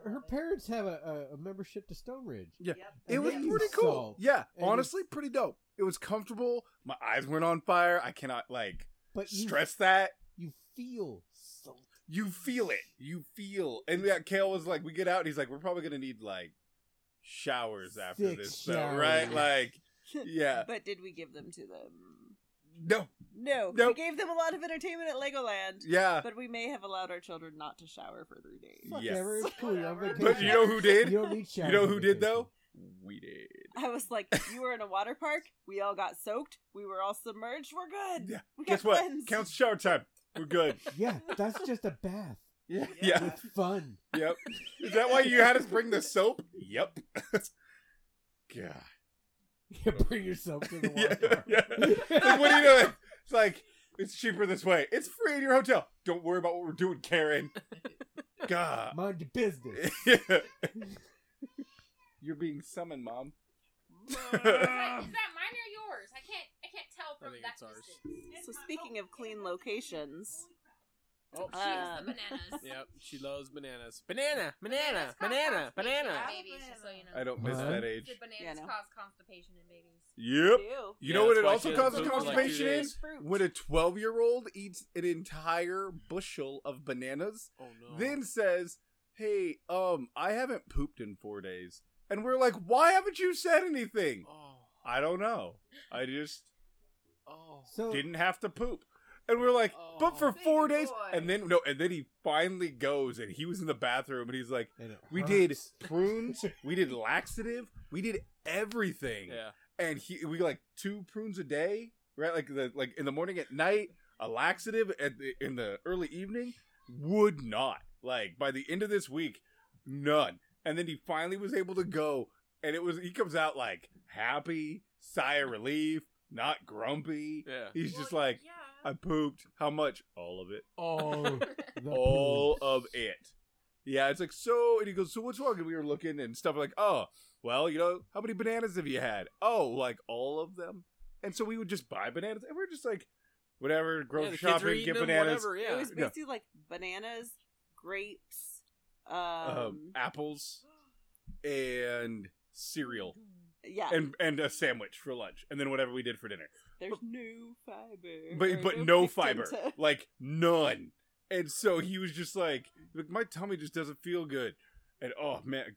Speaker 1: her parents have a, a, a membership to Stone Ridge.
Speaker 8: Yeah.
Speaker 9: Yep.
Speaker 8: It was
Speaker 1: And they
Speaker 8: pretty
Speaker 1: use
Speaker 8: cool.
Speaker 1: salt.
Speaker 8: Yeah,
Speaker 1: And
Speaker 8: honestly, pretty dope. It was comfortable. My eyes weren't on fire. I cannot like
Speaker 1: But you,
Speaker 8: stress that.
Speaker 1: you feel salt.
Speaker 8: You feel it. You feel. And yeah, Kale was like, we get out. And he's like, we're probably gonna need like showers after
Speaker 1: Thick
Speaker 8: this, though, right?
Speaker 1: showers.
Speaker 8: Like, yeah.
Speaker 9: But did we give them to them?
Speaker 8: No.
Speaker 9: No. We
Speaker 8: Nope.
Speaker 9: gave them a lot of entertainment at Legoland,
Speaker 8: Yeah.
Speaker 9: but we may have allowed our children not to shower for three days.
Speaker 1: Fuck
Speaker 8: Yes.
Speaker 1: ever. It's cool. You're on
Speaker 9: But
Speaker 1: vacation.
Speaker 8: But you know who did?
Speaker 1: You don't need
Speaker 8: You
Speaker 1: showers
Speaker 8: know
Speaker 1: on
Speaker 8: who did
Speaker 1: vacation.
Speaker 8: though? We did.
Speaker 9: I was like, you were in a water park. We all got soaked. We were all submerged. We're good.
Speaker 8: Yeah.
Speaker 9: We
Speaker 8: Guess
Speaker 9: got
Speaker 8: what?
Speaker 9: cleansed.
Speaker 8: Counts shower time. We're good.
Speaker 1: Yeah, that's just a bath.
Speaker 8: Yeah.
Speaker 9: Yeah.
Speaker 1: It's fun.
Speaker 8: Yep. Is that why you had us bring the soap? Yep. God.
Speaker 1: You bring yourself to the
Speaker 8: Yeah,
Speaker 1: water. park.
Speaker 8: yeah. Like, what are you doing? It's like, it's cheaper this way. It's free in your hotel. Don't worry about what we're doing, Karen. God.
Speaker 1: Mind your business.
Speaker 8: Yeah. You're being summoned, Mom.
Speaker 3: is, that, is that mine or yours? I can't. I can't tell from
Speaker 7: think
Speaker 3: that
Speaker 7: it's ours.
Speaker 3: distance.
Speaker 9: So speaking of clean locations,
Speaker 3: oh, she
Speaker 9: uh,
Speaker 3: was the bananas.
Speaker 7: Yep. She loves bananas. Banana,
Speaker 3: Bananas
Speaker 7: banana,
Speaker 3: cause
Speaker 7: banana,
Speaker 3: constipation
Speaker 7: banana.
Speaker 3: in Babies, just so you know.
Speaker 8: I don't miss
Speaker 1: Huh?
Speaker 8: that
Speaker 3: She
Speaker 8: age.
Speaker 3: said bananas
Speaker 9: Yeah, I know.
Speaker 3: cause constipation in babies.
Speaker 8: Yep.
Speaker 9: ew.
Speaker 8: You
Speaker 7: Yeah,
Speaker 8: know what
Speaker 7: that's
Speaker 8: it
Speaker 7: why
Speaker 8: also
Speaker 7: she doesn't
Speaker 8: causes
Speaker 7: poop for like two
Speaker 8: constipation in?
Speaker 7: days.
Speaker 9: Fruit.
Speaker 8: When a 12 year old eats an entire bushel of bananas,
Speaker 7: Oh no.
Speaker 8: then says, Hey, um, I haven't pooped in four days. And we're like, Why haven't you said anything?
Speaker 7: Oh.
Speaker 8: I don't know. I just
Speaker 7: Oh.
Speaker 1: So
Speaker 8: didn't have to poop. And we're like, but for
Speaker 7: Oh.
Speaker 8: four
Speaker 3: Baby
Speaker 8: days.
Speaker 3: boy.
Speaker 8: And then, no, and then he finally goes and he was in the bathroom and he's like,
Speaker 1: and it
Speaker 8: we
Speaker 1: hurts.
Speaker 8: did prunes, we did laxative, we did everything.
Speaker 7: Yeah.
Speaker 8: And he, we like two prunes a day, right? Like the, like in the morning at night, a laxative at the, in the early evening would not. Like by the end of this week, none. And then he finally was able to go and it was, he comes out like happy, sigh of relief, not grumpy.
Speaker 7: Yeah.
Speaker 8: He's just like,
Speaker 3: yeah.
Speaker 8: I pooped. How much? All of it.
Speaker 1: Oh, the
Speaker 8: All
Speaker 1: poo.
Speaker 8: of it. Yeah, it's like so. And he goes, "So what's wrong?" And we were looking and stuff like, "Oh, well, you know, how many bananas have you had?" Oh, like all of them. And so we would just buy bananas, and we are just like, whatever, grocery
Speaker 7: yeah, the kids are
Speaker 8: shopping,
Speaker 7: eating
Speaker 8: get
Speaker 7: them,
Speaker 8: bananas,
Speaker 7: Whatever,
Speaker 9: It
Speaker 7: yeah.
Speaker 9: was
Speaker 8: No.
Speaker 9: basically like bananas, grapes, um,
Speaker 8: um, apples, and cereal,
Speaker 9: yeah.
Speaker 8: and and a sandwich for lunch, and then whatever we did for dinner.
Speaker 9: There's no fiber,
Speaker 8: but
Speaker 9: or
Speaker 8: but no
Speaker 9: pectin
Speaker 8: fiber,
Speaker 9: to-
Speaker 8: like none. And so he was just like, like, my tummy just doesn't feel good. And oh man,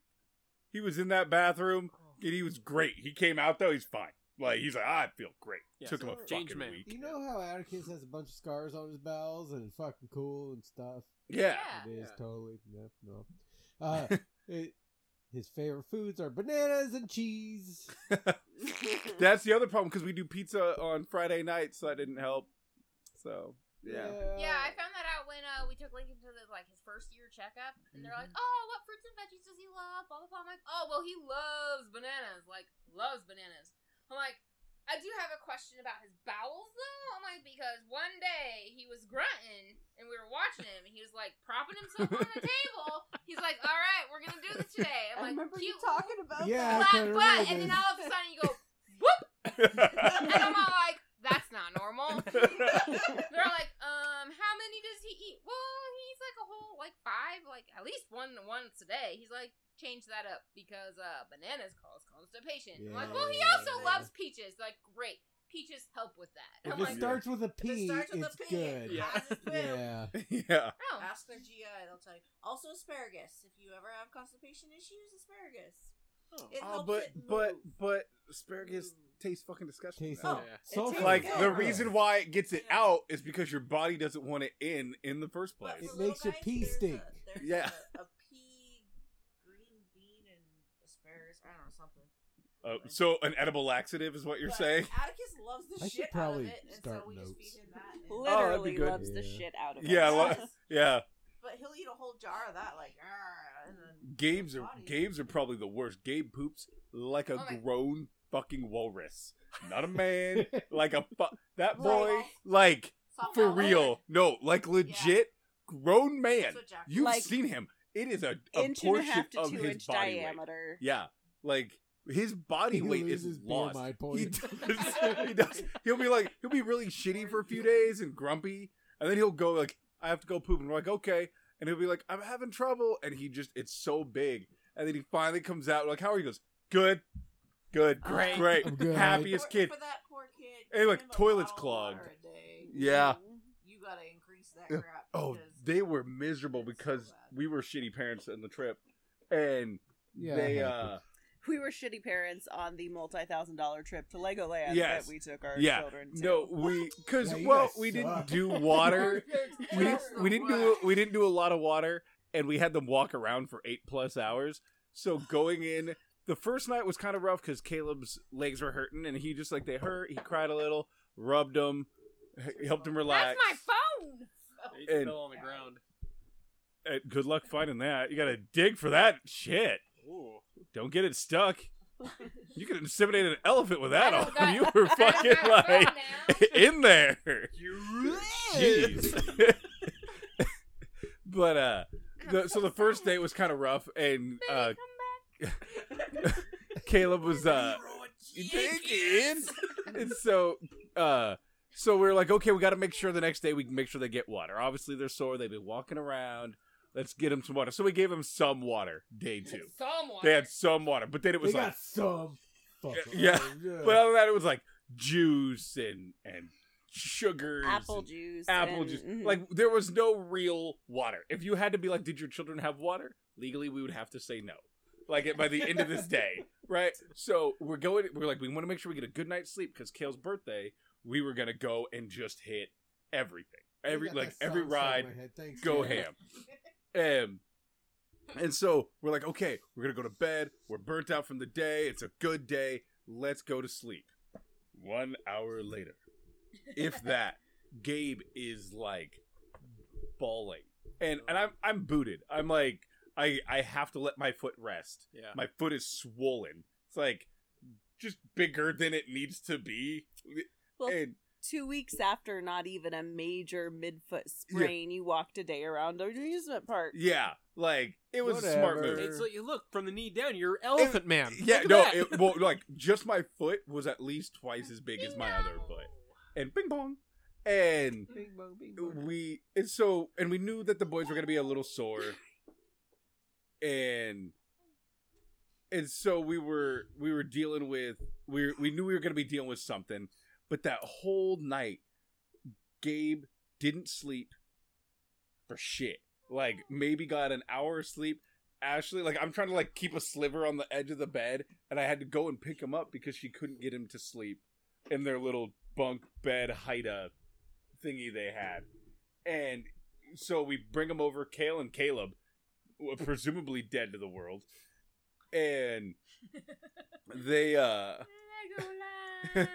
Speaker 8: he was in that bathroom
Speaker 7: Oh.
Speaker 8: and he was great. He came out though, he's fine. Like he's like, I feel great.
Speaker 7: Yeah,
Speaker 8: Took
Speaker 7: so
Speaker 8: him a
Speaker 7: change
Speaker 8: fucking
Speaker 7: man.
Speaker 8: week.
Speaker 1: You know how Atticus has a bunch of scars on his bowels and it's fucking cool and stuff.
Speaker 8: Yeah.
Speaker 1: It is
Speaker 7: Yeah.
Speaker 1: totally no, no. Uh, it, his favorite foods are bananas and cheese.
Speaker 8: That's the other problem because we do pizza on Friday night, so that didn't help. So yeah.
Speaker 3: Yeah, I found that out when uh, we took Lincoln to the, like his first year checkup, and they're
Speaker 9: Mm-hmm.
Speaker 3: like, "Oh, what fruits and veggies does he love?" Blah blah blah. I'm like, "Oh, well, he loves bananas. Like, loves bananas." I'm like, "I do have a question about his bowels, though." I'm like, because one day he was grunting, and we were watching him, and he was like propping himself on the table. He's like, "All right, we're gonna do this today." I'm
Speaker 9: I
Speaker 3: like,
Speaker 9: remember you
Speaker 3: "Cute."
Speaker 9: talking about
Speaker 1: Yeah, I
Speaker 3: Flat
Speaker 1: kinda
Speaker 3: butt,
Speaker 1: remember
Speaker 3: and then
Speaker 1: this.
Speaker 3: all of a sudden you go whoop, and I'm all like, "That's not normal." They're like, um, how many does he eat? Well, he's like a whole like five, like at least one once a day. He's like, change that up because uh bananas cause constipation. I'm like, well, he also
Speaker 1: Yeah.
Speaker 3: loves peaches. Like, great, peaches help with that.
Speaker 1: If
Speaker 3: I'm
Speaker 1: it
Speaker 3: like,
Speaker 1: starts with a
Speaker 12: If it
Speaker 1: P,
Speaker 12: starts with
Speaker 1: it's
Speaker 12: a P,
Speaker 1: good.
Speaker 12: It
Speaker 7: Yeah.
Speaker 12: has its
Speaker 1: Yeah.
Speaker 12: bill.
Speaker 8: yeah.
Speaker 3: oh,
Speaker 12: Ask their GI, they'll tell you. Also, asparagus. If you ever have constipation issues, asparagus. It
Speaker 8: Oh,
Speaker 12: helps
Speaker 8: but
Speaker 12: it move.
Speaker 8: but but asparagus tastes fucking disgusting.
Speaker 1: Tastes
Speaker 8: though.
Speaker 1: like
Speaker 12: Oh, it
Speaker 1: sulfur.
Speaker 12: tastes
Speaker 8: like
Speaker 12: Yeah.
Speaker 8: the
Speaker 12: Yeah.
Speaker 8: reason why it gets it
Speaker 12: Yeah.
Speaker 8: out is because your body doesn't want it in in the first
Speaker 12: But for
Speaker 8: place.
Speaker 1: It
Speaker 12: little
Speaker 1: makes your
Speaker 12: guys,
Speaker 1: pee
Speaker 12: there's a-
Speaker 1: stink.
Speaker 12: there's
Speaker 8: Yeah.
Speaker 12: A, a pea, green bean, and asparagus. I don't know something.
Speaker 2: Oh.
Speaker 8: Uh, so an edible laxative is what you're
Speaker 12: But
Speaker 8: saying.
Speaker 12: Atticus loves the
Speaker 1: I should
Speaker 12: shit out
Speaker 1: probably
Speaker 12: of it, and
Speaker 1: start
Speaker 12: so we
Speaker 1: notes.
Speaker 12: just feed him that.
Speaker 7: that'd be
Speaker 9: literally
Speaker 7: good.
Speaker 9: loves the
Speaker 1: Yeah.
Speaker 9: shit out of it.
Speaker 8: Oh, Yeah, I lo- yeah.
Speaker 12: But he'll eat a whole jar of that, like. "Argh," And then
Speaker 8: Gabe's are
Speaker 12: Bodies.
Speaker 8: Gabe's are probably the worst. Gabe poops like a
Speaker 3: Oh my-
Speaker 8: grown fucking walrus, not a man. like a fu-
Speaker 12: Like-
Speaker 8: that boy, like
Speaker 9: Oh,
Speaker 12: soft
Speaker 8: for
Speaker 12: palate.
Speaker 8: real, no, like legit grown man.
Speaker 12: That's what Jack-
Speaker 8: You've
Speaker 9: Like,
Speaker 8: seen him. It is a, a
Speaker 9: Inch and a
Speaker 8: portion
Speaker 9: half to
Speaker 8: of
Speaker 9: two
Speaker 8: his
Speaker 9: inch
Speaker 8: body weight.
Speaker 9: diameter.
Speaker 8: Yeah, like his body
Speaker 1: He
Speaker 8: weight is
Speaker 1: loses
Speaker 8: lost.
Speaker 1: BMI
Speaker 8: He
Speaker 1: points.
Speaker 8: does. He does. He'll be like, he'll be really shitty for a few days and grumpy, and then he'll go like, I have to go poop, and we're like, okay, and he'll be like, I'm having trouble, and he just, it's so big, and then he finally comes out we're like, how are you? He goes, good, good,
Speaker 12: Great.
Speaker 8: great,
Speaker 1: I'm good.
Speaker 8: happiest
Speaker 12: For-
Speaker 8: kid.
Speaker 12: For that poor kid.
Speaker 8: Hey, look,
Speaker 12: give him a
Speaker 8: toilet's
Speaker 12: bottle of water
Speaker 8: clogged.
Speaker 12: a day.
Speaker 8: Yeah.
Speaker 12: You gotta increase that
Speaker 8: Yeah.
Speaker 12: crap.
Speaker 8: Oh,
Speaker 12: because-
Speaker 8: they were miserable
Speaker 12: It's so
Speaker 8: because
Speaker 12: bad.
Speaker 8: we were shitty parents on the trip, and
Speaker 1: Yeah,
Speaker 8: they,
Speaker 1: it
Speaker 8: uh,
Speaker 9: We were shitty parents on the multi thousand dollar trip to Legoland
Speaker 8: Yes.
Speaker 9: that we took our
Speaker 8: Yeah.
Speaker 9: children to.
Speaker 8: no, we, cause
Speaker 1: Yeah, you
Speaker 8: well,
Speaker 1: guys
Speaker 8: we didn't
Speaker 1: suck.
Speaker 8: do water. we, didn't-
Speaker 12: That's the
Speaker 8: we didn't do
Speaker 12: worst.
Speaker 8: we didn't do a lot of water and we had them walk around for eight plus hours so going in the first night was kind of rough because caleb's legs were hurting and he just like they hurt he cried a little rubbed them helped him relax
Speaker 3: That's my phone.
Speaker 7: They
Speaker 8: And-
Speaker 7: fell on the ground.
Speaker 8: Uh, good luck finding that you gotta dig for that shit
Speaker 7: Ooh.
Speaker 8: don't get it stuck you could inseminate an elephant with that
Speaker 3: I
Speaker 8: on
Speaker 3: don't got-
Speaker 8: you were
Speaker 3: I don't
Speaker 8: fucking
Speaker 3: got a
Speaker 8: like
Speaker 3: phone now.
Speaker 8: in there
Speaker 1: Jeez.
Speaker 8: jeez but uh
Speaker 3: I'm
Speaker 8: the, so the first
Speaker 3: sad.
Speaker 8: day was kind of rough and
Speaker 3: Baby,
Speaker 8: uh
Speaker 3: come back.
Speaker 8: Caleb was uh taken. and so uh so we are like, okay, we got to make sure the next day we can make sure they get water. Obviously, they're sore. They've been walking around. Let's get them some water. So we gave them some water day two.
Speaker 3: Someone.
Speaker 8: They had some water, but then it was
Speaker 1: they
Speaker 8: like,
Speaker 1: got some. fucking-
Speaker 8: Yeah,
Speaker 1: yeah.
Speaker 8: but other than that, it was like juice and and sugars,
Speaker 9: apple
Speaker 8: and
Speaker 9: juice.
Speaker 8: apple
Speaker 9: and-
Speaker 8: juice.
Speaker 9: mhm.
Speaker 8: Like there was no real water. If you had to be like, did your children have water? Legally, we would have to say no. Like it by the end of this day, right? So we're going. We're like, we want to make sure we get a good night's sleep because Kale's birthday. We were gonna go and just hit everything,
Speaker 1: They
Speaker 8: every
Speaker 1: got that
Speaker 8: like every
Speaker 1: song stuck in
Speaker 8: ride,
Speaker 1: my head. Thanks,
Speaker 8: go
Speaker 1: Taylor.
Speaker 8: ham. Um, and so we're like, okay, we're gonna go to bed. We're burnt out from the day. It's a good day. Let's go to sleep. One hour later, if that, Gabe is like bawling, and and I'm I'm booted. I'm like I I have to let my foot rest.
Speaker 7: Yeah.
Speaker 8: My foot is swollen. It's like just bigger than it needs to be.
Speaker 9: Well,
Speaker 8: And
Speaker 9: two weeks after not even a major midfoot sprain, you walked a day around an amusement park.
Speaker 8: yeah, like it was a smart
Speaker 1: Whatever.
Speaker 8: move.
Speaker 7: It's like you look from the knee down. You're elephant man.
Speaker 8: Yeah,
Speaker 7: Look at
Speaker 8: no,
Speaker 7: that.
Speaker 8: it, well, like just my foot was at least twice as big as my other foot, and bing bong, and we and so and we knew that the boys were gonna be a little sore, and and so we were we were dealing with we we knew we were gonna be dealing with something, but that whole night, Gabe didn't sleep for shit. Like maybe got an hour of sleep. Ashley, like I'm trying to like keep a sliver on the edge of the bed, and I had to go and pick him up because she couldn't get him to sleep in their little bunk bed hide-a thingy they had. And so we bring him over, Kale and Caleb, who are presumably dead to the world, and they uh,
Speaker 3: Legoland.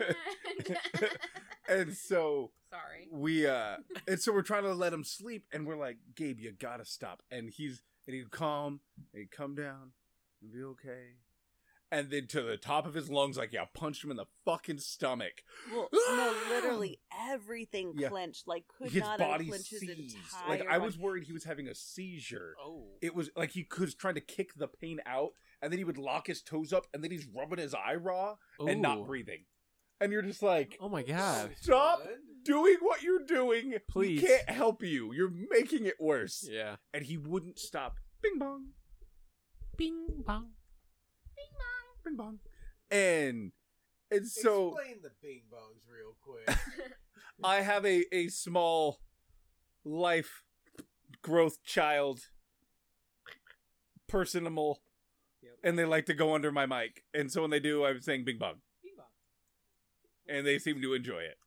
Speaker 8: and so
Speaker 3: Sorry.
Speaker 8: we uh and so we're trying to let him sleep and we're like gabe you gotta stop and he's and he'd calm and he'd come down and be okay and then to the top of his lungs like yeah punched him in the fucking stomach
Speaker 9: Well, no, literally everything
Speaker 8: Yeah.
Speaker 9: clenched. Like could
Speaker 8: his
Speaker 9: not
Speaker 8: body
Speaker 9: unclench his
Speaker 8: seized
Speaker 9: entire.
Speaker 8: like i
Speaker 9: body.
Speaker 8: was worried he was having a seizure
Speaker 7: Oh.
Speaker 8: it was like he was trying to kick the pain out and then he would lock his toes up and then he's rubbing his eye raw and
Speaker 7: Ooh.
Speaker 8: not breathing and you're just like
Speaker 7: Oh my god.
Speaker 8: stop doing what you're doing
Speaker 7: Please.
Speaker 8: we can't help you you're making it worse
Speaker 7: Yeah.
Speaker 8: and he wouldn't stop. Bing bong,
Speaker 7: Bing bong.
Speaker 8: bing bong, and and so
Speaker 1: explain the Bing Bongs real quick.
Speaker 8: I have a a small life growth child personable,
Speaker 7: Yep.
Speaker 8: and they like to go under my mic, and so when they do, I'm saying bing bong,
Speaker 7: Bing bong.
Speaker 8: and they seem to enjoy it.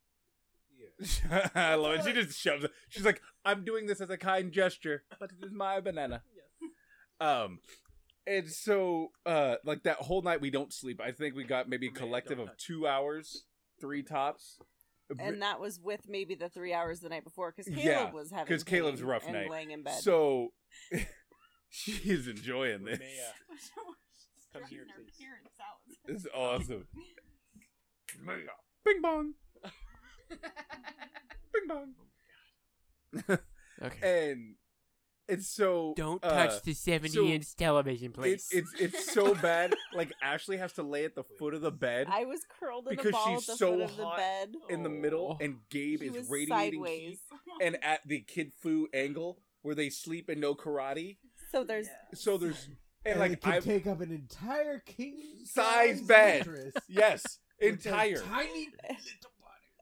Speaker 7: That's for you.
Speaker 1: yeah.
Speaker 8: I love it. She just shoves it. She's like, I'm doing this as a kind gesture, but it is my banana. Um and so uh like that whole night we don't sleep. I think we got maybe a
Speaker 7: Man,
Speaker 8: collective
Speaker 7: don't
Speaker 8: of two hours, three tops.
Speaker 9: and that was with maybe the three hours the night before because Caleb
Speaker 8: Yeah,
Speaker 9: was having
Speaker 8: 'cause Caleb's
Speaker 9: pain
Speaker 8: rough
Speaker 9: and
Speaker 8: night.
Speaker 9: laying in bed.
Speaker 8: So she is enjoying this.
Speaker 7: Renea. Come here,
Speaker 3: Stressing our
Speaker 7: please.
Speaker 3: parents out.
Speaker 8: This is awesome. Bing bong, bing bong,
Speaker 7: Okay.
Speaker 8: and it's so
Speaker 7: Don't
Speaker 8: uh,
Speaker 7: touch the 70
Speaker 8: so
Speaker 7: inch television,
Speaker 8: It,
Speaker 7: please.
Speaker 8: it's it's so bad. Like Ashley has to lay at the foot of the bed
Speaker 9: I was curled in a
Speaker 8: because
Speaker 9: ball at
Speaker 8: she's
Speaker 9: the
Speaker 8: so
Speaker 9: foot of the
Speaker 8: hot
Speaker 9: bed.
Speaker 8: in the
Speaker 7: Oh.
Speaker 8: middle, and Gabe
Speaker 9: He
Speaker 8: is
Speaker 9: was
Speaker 8: radiating heat
Speaker 9: sideways,
Speaker 8: and at the kid fu angle where they sleep and no karate.
Speaker 9: so there's
Speaker 8: So there's and
Speaker 1: And
Speaker 8: like
Speaker 1: it can
Speaker 8: I
Speaker 1: take up an entire king
Speaker 8: Size bed.
Speaker 1: mattress
Speaker 8: yes
Speaker 1: with a
Speaker 8: entire
Speaker 1: tiny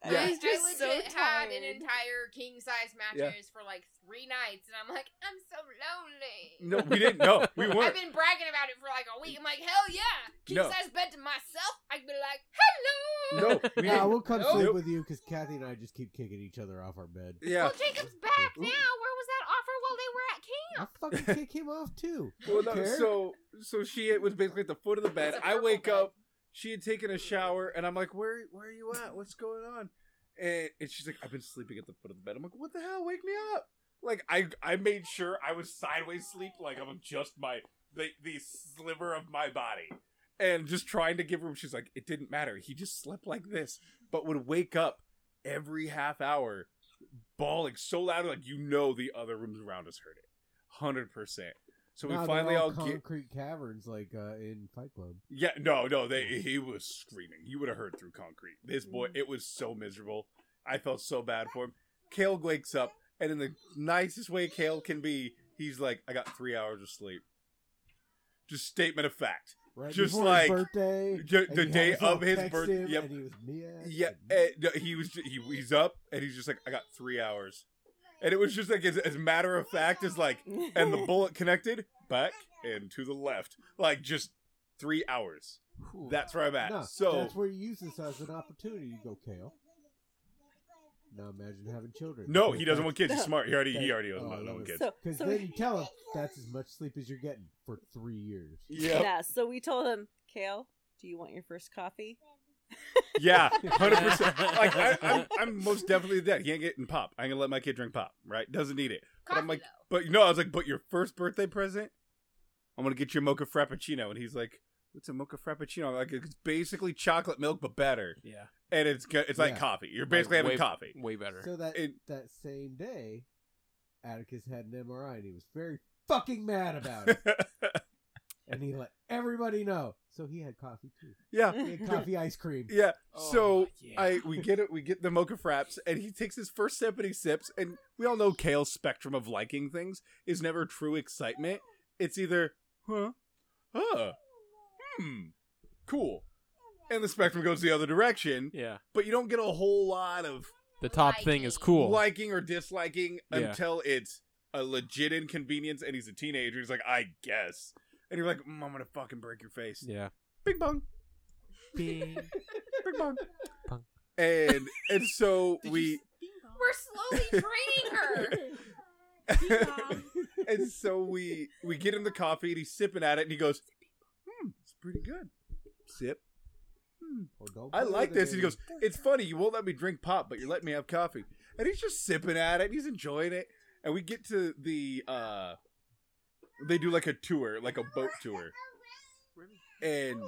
Speaker 9: I
Speaker 8: Yeah.
Speaker 9: was
Speaker 3: I legit had an entire king size
Speaker 8: Yeah.
Speaker 3: mattress for like three nights, and I'm like, I'm so lonely.
Speaker 8: no we didn't know we
Speaker 3: I've
Speaker 8: weren't
Speaker 3: been bragging about it for like a week. I'm like, hell yeah, king
Speaker 8: No.
Speaker 3: size bed to myself. I'd be like, hello.
Speaker 8: no we
Speaker 1: Yeah,
Speaker 8: didn't.
Speaker 1: we'll come
Speaker 8: Nope.
Speaker 1: sleep with you because Kathy and I just keep kicking each other off our bed.
Speaker 8: yeah
Speaker 3: Well, Jacob's back
Speaker 1: Ooh.
Speaker 3: now. Where was that offer while they were at camp?
Speaker 1: I fucking kick him off too.
Speaker 8: Well,
Speaker 1: Don't
Speaker 8: no,
Speaker 1: care.
Speaker 8: so so she was basically at the foot of the bed.
Speaker 3: It's a
Speaker 8: I
Speaker 3: purple
Speaker 8: wake
Speaker 3: bed.
Speaker 8: up. She had taken a shower, and I'm like, "Where where are you at? What's going on?" And, and she's like, "I've been sleeping at the foot of the bed." I'm like, "What the hell? Wake me up!" Like I I made sure I was sideways sleep, like I'm just my the the sliver of my body, and just trying to give her. She's like, "It didn't matter. He just slept like this, but would wake up every half hour, bawling so loud, like you know the other rooms around us heard it, hundred percent." So we
Speaker 1: Nah, they're
Speaker 8: finally all get
Speaker 1: concrete caverns like uh, in Fight Club.
Speaker 8: yeah, no, no, they he was screaming. You would have heard through concrete. This boy,
Speaker 1: Mm.
Speaker 8: it was so miserable. I felt so bad for him. Kale wakes up, and in the nicest way Kale can be, he's like, "I got three hours of sleep." Just statement of fact.
Speaker 1: Right
Speaker 8: Just
Speaker 1: before
Speaker 8: like-
Speaker 1: his birthday,
Speaker 8: ju-
Speaker 1: and
Speaker 8: the
Speaker 1: you
Speaker 8: day
Speaker 1: had us all
Speaker 8: of his
Speaker 1: text
Speaker 8: birth-
Speaker 1: him,
Speaker 8: yep.
Speaker 1: and he was mad
Speaker 8: Yeah,
Speaker 1: and-
Speaker 8: and, uh, he was he, he's up, and he's just like, "I got three hours," and it was just like as, as matter of fact as like, and the bullet connected back and to the left, like just three hours.
Speaker 7: Whew.
Speaker 8: That's where I'm at.
Speaker 1: Nah,
Speaker 8: eh, so
Speaker 1: that's where you use this as an opportunity. You go, Kale. Now imagine having children.
Speaker 8: No,
Speaker 1: Okay,
Speaker 8: he doesn't
Speaker 1: that's-
Speaker 8: want kids. He's smart. He already
Speaker 1: that-
Speaker 8: he already doesn't
Speaker 1: oh, I
Speaker 8: want
Speaker 1: love
Speaker 8: no
Speaker 1: it.
Speaker 8: kids.
Speaker 9: so,
Speaker 1: Because
Speaker 9: so
Speaker 1: then
Speaker 9: we-
Speaker 1: you tell him that's as much sleep as you're getting for three years.
Speaker 8: Yeah,
Speaker 9: yeah, so we told him, Kale, do you want your first coffee?
Speaker 8: yeah, hundred percent. Like I, I'm, I'm most definitely that. He ain't getting pop. I ain't gonna let my kid drink pop. Right? Doesn't need it. But
Speaker 3: Coffee,
Speaker 8: I'm like,
Speaker 3: though.
Speaker 8: but you know, I was like, but your first birthday present, I'm gonna get you a mocha frappuccino. And he's like, what's a mocha frappuccino? I'm like, it's basically chocolate milk but better,
Speaker 7: yeah.
Speaker 8: and it's go- it's like
Speaker 1: Yeah.
Speaker 8: coffee. You're basically having
Speaker 7: Like, way,
Speaker 8: coffee.
Speaker 7: Way better.
Speaker 1: So that
Speaker 8: It-
Speaker 1: that same day, Atticus had an MRI and he was very fucking mad about it, and he let everybody know. So he had coffee too.
Speaker 8: yeah,
Speaker 1: He had coffee ice cream.
Speaker 8: yeah.
Speaker 7: Oh,
Speaker 8: so
Speaker 7: yeah.
Speaker 8: I we get it. We get the mocha fraps, and he takes his first sip, and he sips. And we all know Kale's spectrum of liking things is never true excitement. It's either huh, huh, hmm, cool, and the spectrum goes the other direction.
Speaker 7: yeah.
Speaker 8: But you don't get a whole lot of
Speaker 7: The top thing is
Speaker 3: Liking.
Speaker 7: cool.
Speaker 8: liking or disliking
Speaker 7: Yeah.
Speaker 8: until it's a legit inconvenience, and he's a teenager. He's like, I guess, and you're like, mm, I'm gonna fucking break your face.
Speaker 7: yeah.
Speaker 8: Bing bong,
Speaker 7: Bing.
Speaker 8: bing bong.
Speaker 7: Bong.
Speaker 8: And and so we
Speaker 3: We're slowly training her.
Speaker 8: and so we we get him the coffee and he's sipping at it and he goes, "Hmm, it's pretty good." Sip. Hmm,
Speaker 1: Or don't
Speaker 8: I
Speaker 1: play
Speaker 8: like
Speaker 1: with it,
Speaker 8: this. And he
Speaker 1: baby.
Speaker 8: goes, "It's funny. You won't let me drink pop, but you're letting me have coffee." And he's just sipping at it. And he's enjoying it. And we get to the uh they do like a tour, like a boat tour. And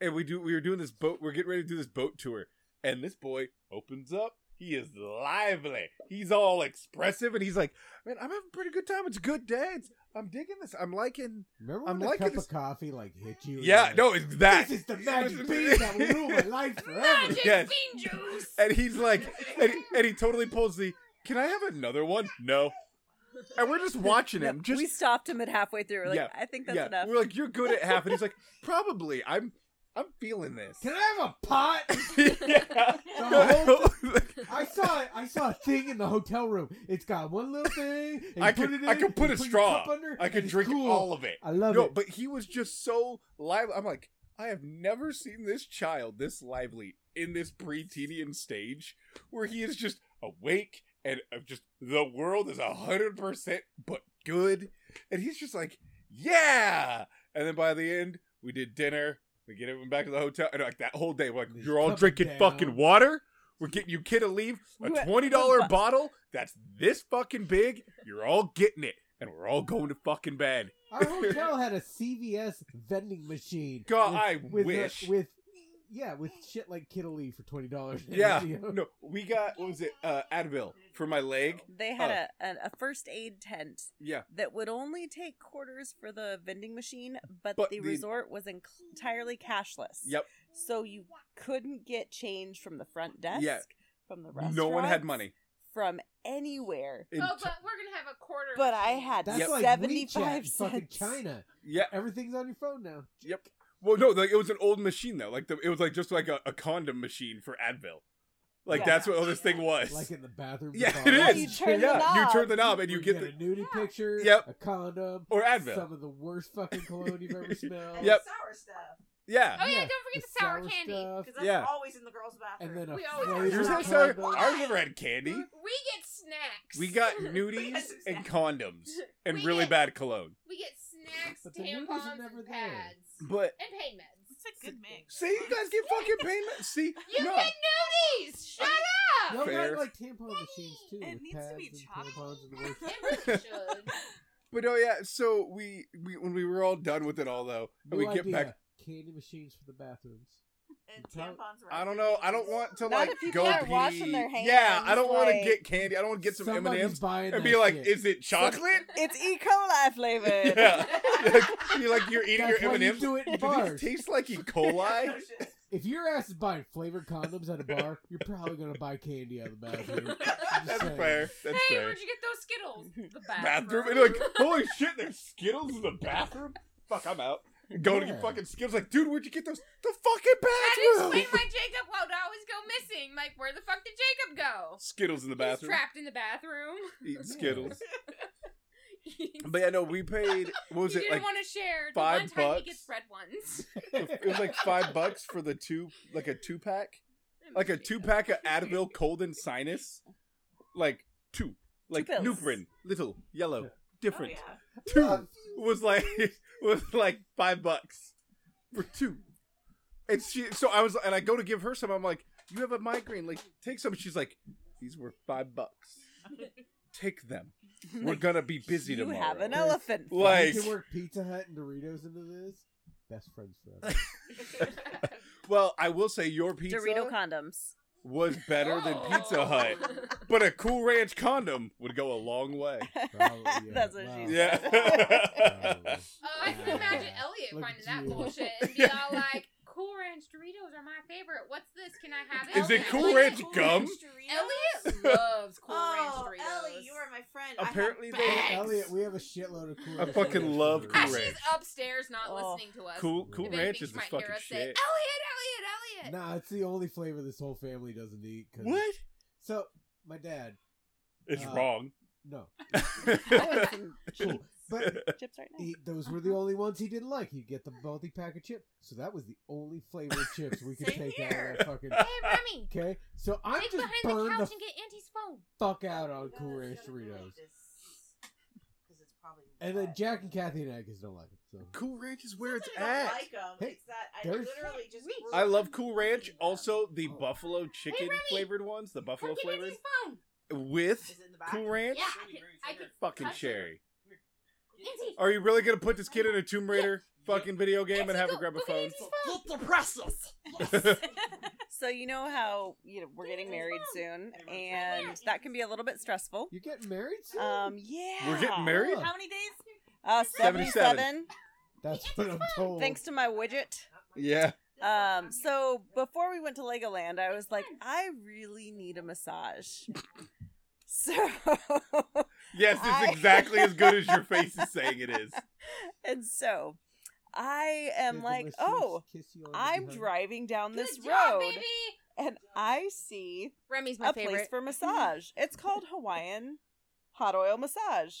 Speaker 8: and we do we were doing this boat we're getting ready to do this boat tour and this boy opens up he is lively he's all expressive and he's like man i'm having a pretty good time it's a good day it's, i'm digging this i'm liking
Speaker 1: Remember
Speaker 8: I'm
Speaker 1: when a
Speaker 8: liking
Speaker 1: cup
Speaker 8: this-
Speaker 1: of coffee like hit you? and
Speaker 8: yeah
Speaker 1: you're
Speaker 8: no it's
Speaker 1: like,
Speaker 8: that
Speaker 1: This is the magic bean that will rule my life forever.
Speaker 3: Magic
Speaker 8: Yes.
Speaker 3: bean juice.
Speaker 8: and he's like and, and he totally pulls the can i have another one no and we're just watching him
Speaker 9: No,
Speaker 8: just
Speaker 9: we stopped him at halfway through. We're like,
Speaker 8: Yeah,
Speaker 9: I think that's
Speaker 8: yeah
Speaker 9: enough.
Speaker 8: we're like you're good at half and he's like probably i'm i'm feeling this
Speaker 1: Can I have a pot?
Speaker 8: yeah.
Speaker 1: The I saw it. I saw a thing in the hotel room. It's got one little thing. And
Speaker 8: I
Speaker 1: you put
Speaker 8: could-
Speaker 1: it in,
Speaker 8: I could put
Speaker 1: you
Speaker 8: a
Speaker 1: your
Speaker 8: straw.
Speaker 1: cup under,
Speaker 8: I
Speaker 1: and
Speaker 8: could
Speaker 1: it's
Speaker 8: drink
Speaker 1: cool.
Speaker 8: all of it.
Speaker 1: I love
Speaker 8: no,
Speaker 1: it.
Speaker 8: but he was just so lively. I'm like, I have never seen this child this lively in this preteenian stage where he is just awake and uh, just the world is a hundred percent but good, and he's just like, yeah. And then by the end, we did dinner. We get everyone back to the hotel, and like that whole day, we're like
Speaker 4: Just
Speaker 8: you're all
Speaker 4: cup it
Speaker 8: drinking
Speaker 4: down."
Speaker 8: fucking water. We're getting you kid a leave a
Speaker 2: We're-
Speaker 8: twenty dollar
Speaker 2: we're bu-
Speaker 8: bottle that's this fucking big. You're all getting it, and we're all going to fucking bed.
Speaker 4: Our hotel had a CVS vending machine.
Speaker 8: God, I
Speaker 4: with,
Speaker 8: wish.
Speaker 4: uh, with yeah, with shit like Kittle Lee for twenty dollars.
Speaker 8: Yeah, no, we got what was it? Uh, Advil for my leg.
Speaker 9: They had
Speaker 8: Oh.
Speaker 9: a, a a first aid tent
Speaker 8: Yeah,
Speaker 9: that would only take quarters for the vending machine, but,
Speaker 8: But
Speaker 9: the,
Speaker 8: the-
Speaker 9: resort was enc- entirely cashless.
Speaker 8: yep.
Speaker 9: So you couldn't get change from the front desk,
Speaker 8: Yeah.
Speaker 9: from the restaurant.
Speaker 8: No one had money.
Speaker 9: from anywhere.
Speaker 8: In
Speaker 3: oh,
Speaker 8: t-
Speaker 3: but we're gonna have a quarter.
Speaker 9: But I
Speaker 3: machine.
Speaker 9: had
Speaker 4: That's
Speaker 8: Yep.
Speaker 4: like
Speaker 9: 75
Speaker 4: WeChat, fucking
Speaker 9: cents.
Speaker 4: China.
Speaker 8: yeah,
Speaker 4: Everything's on your phone now.
Speaker 8: Yep. Well, no, like it was an old machine though. Like the, it was like just like a, a condom machine for Advil. Like
Speaker 4: Yeah.
Speaker 8: that's what all this thing was.
Speaker 4: Like in the bathroom.
Speaker 8: Yeah,
Speaker 4: with all
Speaker 8: it
Speaker 4: that
Speaker 8: is.
Speaker 4: shit.
Speaker 9: You turn the
Speaker 8: yeah,
Speaker 9: knob.
Speaker 8: you turn the knob and you
Speaker 4: We
Speaker 8: get the
Speaker 4: a nudie picture.
Speaker 8: Yep.
Speaker 4: A condom.
Speaker 8: or Advil.
Speaker 4: Some of the worst fucking cologne you've ever smelled.
Speaker 12: And
Speaker 8: Yep.
Speaker 12: the sour stuff.
Speaker 8: yeah.
Speaker 3: Oh yeah,
Speaker 4: Yeah,
Speaker 3: don't forget
Speaker 4: the
Speaker 3: the, sour,
Speaker 4: sour
Speaker 3: candy.
Speaker 4: stuff.
Speaker 12: Because that's
Speaker 8: Yeah.
Speaker 12: always in the girls' bathroom.
Speaker 4: And
Speaker 1: uh,
Speaker 4: then a
Speaker 3: We always-
Speaker 4: flavor
Speaker 8: Yours
Speaker 3: Yours
Speaker 8: had
Speaker 3: had
Speaker 8: sour.
Speaker 4: condom.
Speaker 8: Ours never had candy.
Speaker 3: We get snacks.
Speaker 8: We got
Speaker 12: We
Speaker 8: nudies
Speaker 12: had some
Speaker 8: and
Speaker 12: snacks.
Speaker 8: condoms and
Speaker 3: We
Speaker 8: really
Speaker 3: did.
Speaker 8: bad cologne.
Speaker 3: We get snacks,
Speaker 4: But the nudies are
Speaker 3: tampons,
Speaker 4: never there.
Speaker 3: and pads,
Speaker 8: But
Speaker 3: and pain meds.
Speaker 9: It's a good mix.
Speaker 8: see, you guys get fucking payment. See,
Speaker 3: You
Speaker 8: no,
Speaker 3: get nudies. Shut
Speaker 4: Y'all
Speaker 3: up.
Speaker 4: got,
Speaker 8: Fair.
Speaker 4: like tampon machines too.
Speaker 9: It
Speaker 4: with
Speaker 9: needs to
Speaker 4: pads
Speaker 9: be
Speaker 4: and
Speaker 9: chopped.
Speaker 4: tampons and the worst
Speaker 3: It really should.
Speaker 8: but oh yeah. So we, we when we were all done with it all though, and we
Speaker 4: New
Speaker 8: get
Speaker 4: idea.
Speaker 8: back.
Speaker 4: candy machines for the bathrooms.
Speaker 12: And tampons were
Speaker 8: I don't know. I don't want to
Speaker 9: Not
Speaker 8: like
Speaker 9: if people
Speaker 8: go
Speaker 9: aren't
Speaker 8: pee.
Speaker 9: washing their hands,
Speaker 8: yeah, I don't want to
Speaker 9: like-
Speaker 8: get candy. I don't want to get some M and
Speaker 4: Somebody's
Speaker 8: M's
Speaker 4: buying
Speaker 8: and
Speaker 4: that
Speaker 8: be like,
Speaker 4: shit.
Speaker 8: "Is it chocolate?"
Speaker 9: It's E. coli flavored.
Speaker 8: yeah, Like, you're like you're eating
Speaker 4: That's
Speaker 8: your
Speaker 4: why
Speaker 8: M and
Speaker 4: you
Speaker 8: M's.
Speaker 4: do it
Speaker 8: Do
Speaker 4: in
Speaker 8: these
Speaker 4: bars.
Speaker 8: taste like E. coli?
Speaker 4: If your ass is buying flavored condoms at a bar, you're probably gonna buy candy out of the bathroom. I'm just
Speaker 8: That's
Speaker 4: saying.
Speaker 8: fair. That's
Speaker 3: hey,
Speaker 8: fair.
Speaker 3: where'd you get those Skittles? The
Speaker 8: Bathroom
Speaker 3: bathroom.
Speaker 8: and you're like, holy shit, there's Skittles in the bathroom. Fuck, I'm out. Go to
Speaker 4: Yeah.
Speaker 8: get fucking Skittles. Like, dude, where'd you get those? The fucking
Speaker 3: I'd explain
Speaker 8: bathroom.
Speaker 3: why Jacob would always go missing. Like, where the fuck did Jacob go?
Speaker 8: Skittles in the
Speaker 3: He's
Speaker 8: bathroom.
Speaker 3: trapped in the bathroom.
Speaker 8: Eating Skittles. But yeah, no, we paid. What was
Speaker 3: he
Speaker 8: it
Speaker 3: didn't
Speaker 8: like?
Speaker 3: want to share. The
Speaker 8: five
Speaker 3: one time
Speaker 8: bucks?
Speaker 3: he gets red ones.
Speaker 8: It was like five bucks for the two, like a two pack. like a two pack of Advil cold and sinus, like two, like
Speaker 9: pills.
Speaker 8: Nuprin, little, yellow,
Speaker 4: Yeah.
Speaker 12: Oh,
Speaker 8: different.
Speaker 12: yeah.
Speaker 8: Two was like was like five bucks for two, and she. So I was, and I go to give her some. I'm like, you have a migraine, like take some. She's like, these were five bucks. Take them. We're gonna be busy
Speaker 9: you
Speaker 8: tomorrow.
Speaker 9: have an elephant.
Speaker 4: If
Speaker 8: like
Speaker 4: you can work Pizza Hut and Doritos into this. Best friends forever.
Speaker 8: well, I will say your pizza
Speaker 9: Dorito condoms.
Speaker 8: was better than
Speaker 4: Oh.
Speaker 3: Oh.
Speaker 8: Pizza Hut, but a Cool Ranch condom would go a long way.
Speaker 4: Probably, Oh, yeah.
Speaker 9: That's what
Speaker 4: Wow.
Speaker 9: she said.
Speaker 8: Yeah.
Speaker 4: Probably.
Speaker 3: Oh, I can imagine Elliot
Speaker 4: Look
Speaker 3: finding
Speaker 4: at
Speaker 3: that
Speaker 4: you.
Speaker 3: bullshit and be all like, "Cool Ranch Doritos are my favorite. What's this? Can I have it?"
Speaker 8: Is it
Speaker 3: Elliot-
Speaker 8: Cool Ranch gum?
Speaker 3: Elliot loves Cool
Speaker 12: Oh,
Speaker 3: Ranch Doritos.
Speaker 12: Ellie, you are my friend.
Speaker 8: Apparently
Speaker 12: I
Speaker 8: they-
Speaker 12: have bags.
Speaker 4: Elliot, we have a shitload of cool.
Speaker 8: I fucking love Cool
Speaker 3: Ah,
Speaker 8: Ranch.
Speaker 3: she's upstairs, not
Speaker 9: Oh.
Speaker 3: listening to us.
Speaker 8: Cool,
Speaker 4: If
Speaker 8: cool
Speaker 3: If anything,
Speaker 8: ranch
Speaker 3: she
Speaker 8: is the
Speaker 3: might
Speaker 8: fucking
Speaker 3: hear us Say,
Speaker 8: shit.
Speaker 3: Elliot, Elliot, Elliot.
Speaker 4: Nah, it's the only flavor this whole family doesn't eat. 'cause-
Speaker 8: What?
Speaker 4: So my dad,
Speaker 8: It's
Speaker 4: Uh,
Speaker 8: wrong.
Speaker 4: no,
Speaker 9: I want some
Speaker 4: cool, but
Speaker 9: chips right now.
Speaker 4: he, those were the only ones he didn't like. He'd get the multi pack of chips, so that was the only flavor of chips we could
Speaker 12: Same
Speaker 4: take
Speaker 12: here.
Speaker 4: out of that fucking.
Speaker 3: Hey, Remy,
Speaker 4: Okay, so I'm
Speaker 3: dig
Speaker 4: just
Speaker 3: behind the
Speaker 4: burned the,
Speaker 3: couch and get Oh, Auntie's phone.
Speaker 4: fuck out on
Speaker 12: You
Speaker 4: Cool
Speaker 12: gotta-
Speaker 4: Ranch
Speaker 12: you gotta go
Speaker 4: Doritos,
Speaker 12: like this, 'cause it's probably
Speaker 4: and then
Speaker 12: wet.
Speaker 4: Jack and Kathy and Atkins don't like it. So
Speaker 8: Cool ranch is where it's
Speaker 12: Sometimes I
Speaker 8: at.
Speaker 12: don't like 'em.
Speaker 4: Hey,
Speaker 12: it's that I
Speaker 4: there's-
Speaker 12: literally just.
Speaker 3: Reach.
Speaker 8: I love Cool Ranch.
Speaker 12: Yeah.
Speaker 8: Also, the
Speaker 4: Oh.
Speaker 8: buffalo chicken
Speaker 3: Remy.
Speaker 8: flavored ones, the
Speaker 3: Come
Speaker 8: buffalo
Speaker 3: get
Speaker 8: flavored
Speaker 3: Auntie's phone.
Speaker 8: with
Speaker 12: Is it in the back?
Speaker 8: Cool Ranch.
Speaker 3: Yeah, I can, I can
Speaker 8: Fucking
Speaker 3: touch it.
Speaker 8: cherry.
Speaker 3: Auntie,
Speaker 8: Are you really gonna put this kid in a Tomb Raider fucking video game and
Speaker 3: Auntie,
Speaker 8: have her
Speaker 3: go-
Speaker 8: grab a
Speaker 3: go get
Speaker 8: phone?
Speaker 3: Auntie's phone.
Speaker 9: So you know how you know we're getting married soon, and that can be a little bit stressful.
Speaker 4: you're getting married soon.
Speaker 9: Um, yeah,
Speaker 8: We're getting married.
Speaker 4: Huh.
Speaker 12: many days?
Speaker 9: Uh,
Speaker 8: 77.
Speaker 9: seventy-seven.
Speaker 4: That's what I'm told.
Speaker 9: Thanks to my widget.
Speaker 8: Yeah.
Speaker 9: Um, so before we went to Legoland, I was like, I really need a massage. So
Speaker 8: Yes, it's
Speaker 9: I-
Speaker 8: exactly as good as your face is saying it is.
Speaker 9: and so I
Speaker 4: Did
Speaker 9: am
Speaker 4: the
Speaker 9: like,
Speaker 4: listeners
Speaker 9: oh,
Speaker 4: kiss you on the
Speaker 9: I'm
Speaker 4: behind?
Speaker 9: driving down this
Speaker 3: Good job,
Speaker 9: road
Speaker 3: baby.
Speaker 9: and I see
Speaker 3: Remy's my
Speaker 9: a
Speaker 3: favorite.
Speaker 9: place for massage. It's called Hawaiian Hot Oil Massage.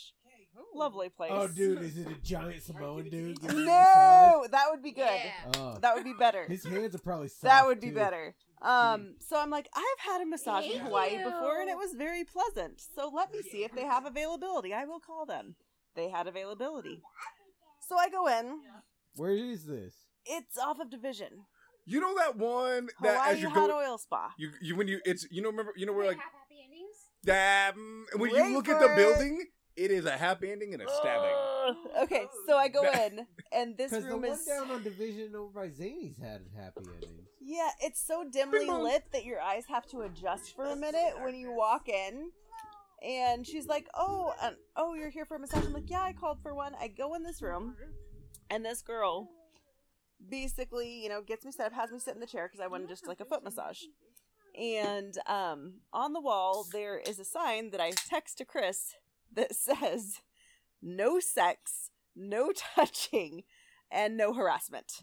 Speaker 9: Lovely place.
Speaker 4: Oh, dude, is it a giant Samoan dude? giving you a massage?
Speaker 9: No, that would be good.
Speaker 8: Uh,
Speaker 3: Yeah.
Speaker 4: Oh,
Speaker 9: That would be better.
Speaker 4: his hands are probably soft.
Speaker 9: That would be
Speaker 4: too.
Speaker 9: better. Um, so I'm like, I've had a massage in
Speaker 3: Thank
Speaker 9: Hawaii
Speaker 3: you.
Speaker 9: before and it was very pleasant. So let me see if they have availability. I will call them. They had availability. So I go in.
Speaker 4: Where is this?
Speaker 9: It's off of Division.
Speaker 8: You know that one that
Speaker 9: Hawaii
Speaker 8: as you
Speaker 9: Hot
Speaker 8: go,
Speaker 9: Oil Spa.
Speaker 8: you, you when you it's you know remember you know
Speaker 3: They
Speaker 8: we're like
Speaker 3: have happy endings?
Speaker 8: that mm, when
Speaker 9: Wait
Speaker 8: you look
Speaker 9: for
Speaker 8: at the
Speaker 9: it. Oh.
Speaker 8: building, it is a happy ending and a stabbing.
Speaker 9: Okay, so I go
Speaker 8: That-
Speaker 9: in, and this
Speaker 4: Because the
Speaker 9: room
Speaker 4: one
Speaker 9: is
Speaker 4: down on Division over by Zany's had a happy ending.
Speaker 9: yeah, it's so dimly lit that your eyes have to adjust for a minute when you walk in. And she's like, "Oh, and, oh, you're here for a massage." I'm like, "Yeah, I called for one." I go in this room, and this girl basically, you know, gets me set up, has me sit in the chair because I wanted just like a foot massage. And um, on the wall there is a sign that I text to Chris that says, "No sex, no touching, and no harassment."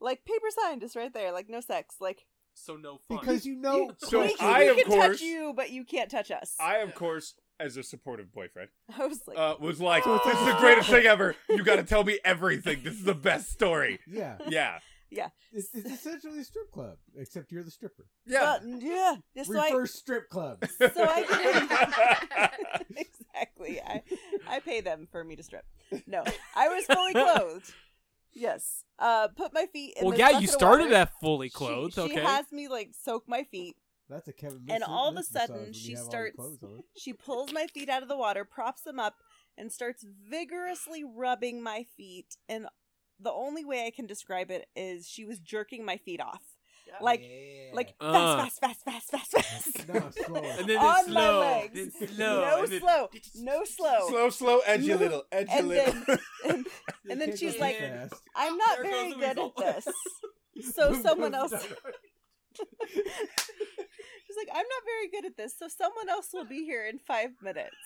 Speaker 9: Like paper sign, just right there, like no sex, like
Speaker 7: So no fun.
Speaker 4: Because you know,
Speaker 8: So
Speaker 9: we,
Speaker 4: Chris-
Speaker 9: can-
Speaker 8: I,
Speaker 9: we
Speaker 8: of
Speaker 9: can
Speaker 8: course-
Speaker 9: touch you, but you can't touch us. I,
Speaker 8: I of course, as a supportive boyfriend,
Speaker 9: was like,
Speaker 8: uh, was like,
Speaker 4: So it's
Speaker 8: "This is the
Speaker 4: like-
Speaker 8: greatest thing ever! You got to tell me everything. This is the best story."
Speaker 4: yeah,
Speaker 8: Yeah,
Speaker 4: it's, it's essentially a strip club, except you're the stripper.
Speaker 8: yeah.
Speaker 9: Well, yeah. yeah, So I,
Speaker 4: Reverse strip club.
Speaker 9: so I exactly. I, I pay them for me to strip. No, I was fully clothed. Yes. Uh, put my feet. in
Speaker 7: well,
Speaker 9: this
Speaker 7: yeah,
Speaker 9: bucket
Speaker 7: you
Speaker 9: of
Speaker 7: started
Speaker 9: water.
Speaker 7: that fully clothed.
Speaker 9: She,
Speaker 7: okay.
Speaker 9: she has me like soak my feet.
Speaker 4: That's a Kevin.
Speaker 9: And
Speaker 4: Mitnick
Speaker 9: all of a
Speaker 4: massage when
Speaker 9: sudden,
Speaker 4: you
Speaker 9: she
Speaker 4: have all your
Speaker 9: starts-
Speaker 4: clothes on.
Speaker 9: She pulls my feet out of the water, props them up, and starts vigorously rubbing my feet. And the only way I can describe it is she was jerking my feet off, like
Speaker 4: Yeah.
Speaker 9: like
Speaker 7: Uh.
Speaker 9: fast, fast, fast, fast, fast, fast.
Speaker 4: no, slower.
Speaker 7: and then
Speaker 9: on
Speaker 7: it's
Speaker 9: my
Speaker 7: slow.
Speaker 9: legs.
Speaker 7: Then slow.
Speaker 9: No
Speaker 7: and then-
Speaker 9: slow, no slow.
Speaker 8: Slow, slow, edgy
Speaker 9: No.
Speaker 8: little, edgy
Speaker 9: And
Speaker 8: little.
Speaker 9: then, and,
Speaker 4: You
Speaker 9: and then
Speaker 4: can't
Speaker 9: she's
Speaker 4: go
Speaker 9: like,
Speaker 4: too fast.
Speaker 9: I'm not
Speaker 7: There
Speaker 9: very
Speaker 7: goes the
Speaker 9: good
Speaker 7: result.
Speaker 9: at this. So
Speaker 4: Boom
Speaker 9: someone else.
Speaker 4: goes
Speaker 9: She's
Speaker 4: the dart.
Speaker 9: like, I'm not very good at this. So someone else will be here in five minutes.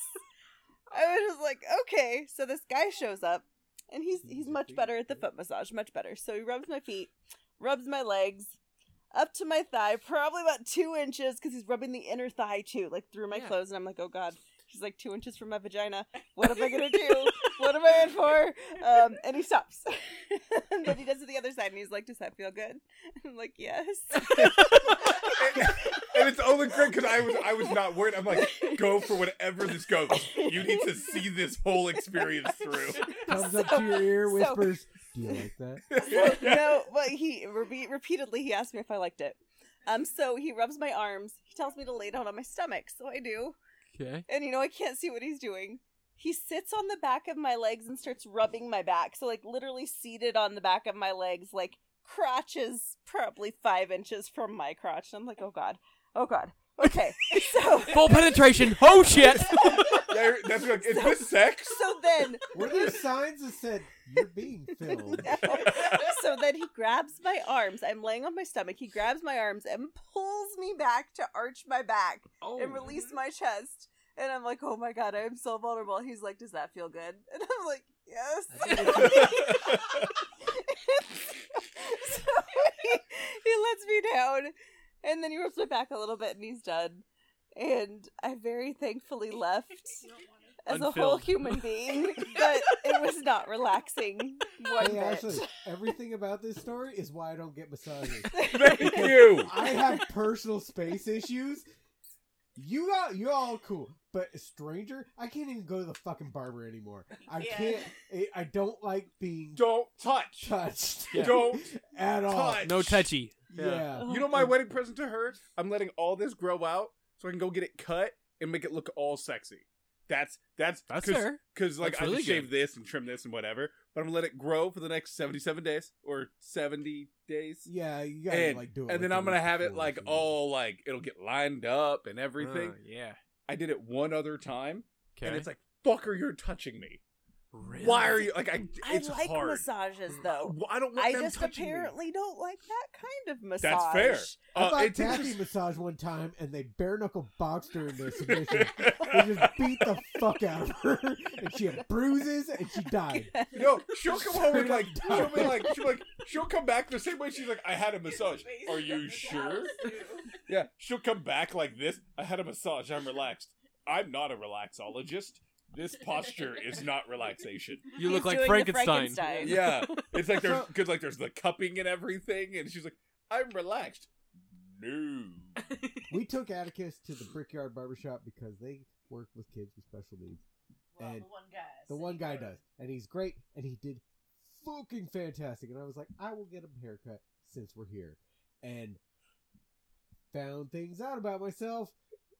Speaker 9: I was just like, okay. So this guy shows up, and he's he's much better at the foot massage, much better. So he rubs my feet, rubs my legs. Up to my thigh, probably about two inches, because he's rubbing the inner thigh too, like through my
Speaker 7: Yeah.
Speaker 9: clothes. And I'm like, oh god, he's like two inches from my vagina. What am I gonna do? what am I in for?
Speaker 7: Uh,
Speaker 9: Um, and he stops. and then he does it the other side, and he's like, "Does that feel good?" I'm like, "Yes."
Speaker 8: and, and it's only great because I was I was not worried. I'm like, go for whatever this goes. You need to see this whole experience through.
Speaker 4: Comes up
Speaker 9: So-
Speaker 4: to your ear,
Speaker 9: so-
Speaker 4: whispers, "Do you like that?"
Speaker 9: no, but he re- repeatedly he asked me if I liked it. Um, so he rubs my arms. He tells me to lay down on my stomach, so I do.
Speaker 7: Okay.
Speaker 9: And you know, I can't see what he's doing. He sits on the back of my legs and starts rubbing my back. So like literally seated on the back of my legs, like crotches probably five inches from my crotch. And I'm like, oh god, oh god. Okay, so
Speaker 7: Full penetration. Oh shit.
Speaker 8: Yeah, that's like, is this sex?
Speaker 9: so then
Speaker 4: Were there signs that said you're being filmed?
Speaker 9: so then he grabs my arms. I'm laying on my stomach. He grabs my arms and pulls me back to arch my back
Speaker 7: Oh.
Speaker 9: and release my chest. And I'm like, oh my god, I'm so vulnerable. He's like, does that feel good? And I'm like, yes. so he, he lets me down, and then he rubs my back a little bit, and he's done. And I very thankfully left as a whole
Speaker 7: Unfilled.
Speaker 9: human being, but it was not relaxing one
Speaker 4: Hey,
Speaker 9: bit.
Speaker 4: Ashley, everything about this story is why I don't get massages.
Speaker 8: Thank you.
Speaker 4: I have personal space issues. You got you all cool, but a stranger, I can't even go to the fucking barber anymore. I
Speaker 12: Yeah.
Speaker 4: can't. I, I don't like being
Speaker 8: Don't touch.
Speaker 4: touched
Speaker 8: Don't
Speaker 4: at all.
Speaker 8: touch.
Speaker 7: No touchy.
Speaker 4: Yeah.
Speaker 8: You know
Speaker 7: Oh.
Speaker 8: my wedding present to her? I'm letting all this grow out so I can go get it cut and make it look all sexy. That's that's
Speaker 7: That's
Speaker 8: cause,
Speaker 7: fair.
Speaker 8: Because like
Speaker 7: That's
Speaker 8: I
Speaker 7: really
Speaker 8: can shave
Speaker 7: good.
Speaker 8: this and trim this and whatever, but I'm gonna let it grow for the next 77 days or 70 days.
Speaker 4: Yeah, you gotta
Speaker 8: and,
Speaker 4: like do it.
Speaker 8: and
Speaker 4: like,
Speaker 8: then
Speaker 4: a
Speaker 8: I'm gonna
Speaker 4: week
Speaker 8: have it
Speaker 4: before,
Speaker 8: like
Speaker 4: so you-
Speaker 8: all like it'll get lined up and everything.
Speaker 7: Uh, yeah.
Speaker 8: I did it one other time,
Speaker 7: Okay.
Speaker 8: and it's like, "Fucker, you're touching me.
Speaker 7: Really?
Speaker 8: Why are you like? I,
Speaker 9: I
Speaker 8: it's
Speaker 9: like
Speaker 8: hard.
Speaker 9: massages though.
Speaker 8: I don't want
Speaker 9: I
Speaker 8: them
Speaker 9: just
Speaker 8: touching
Speaker 9: apparently don't like that kind of massage.
Speaker 8: That's fair.
Speaker 4: I
Speaker 8: me. Uh,
Speaker 4: got
Speaker 8: it's
Speaker 4: Kathy
Speaker 8: interesting.
Speaker 4: massage one time, and they bare knuckle boxed her in their submission. they just beat the fuck out of her, and she had bruises, and she died.
Speaker 8: No, she'll come home and like
Speaker 4: Straight
Speaker 8: she'll
Speaker 4: up
Speaker 8: be like she'll like she'll come back the same way she's like I had a massage. Are you sure? Yeah, she'll come back like this. I had a massage. I'm relaxed. I'm not a relaxologist. This posture is not relaxation.
Speaker 7: You look
Speaker 9: He's
Speaker 7: like
Speaker 9: doing the
Speaker 7: Frankenstein.
Speaker 9: Frankenstein.
Speaker 8: Yeah, it's like there's because like there's the cupping and everything, and she's like, I'm relaxed. No.
Speaker 4: We took Atticus to the Brickyard Barbershop because they work with kids with special needs.
Speaker 12: Well,
Speaker 4: And
Speaker 12: the one guy.
Speaker 4: The
Speaker 12: said
Speaker 4: one
Speaker 12: he
Speaker 4: guy
Speaker 12: would.
Speaker 4: does, and he's great, and he did fucking fantastic. And I was like, I will get a haircut since we're here. And found things out about myself.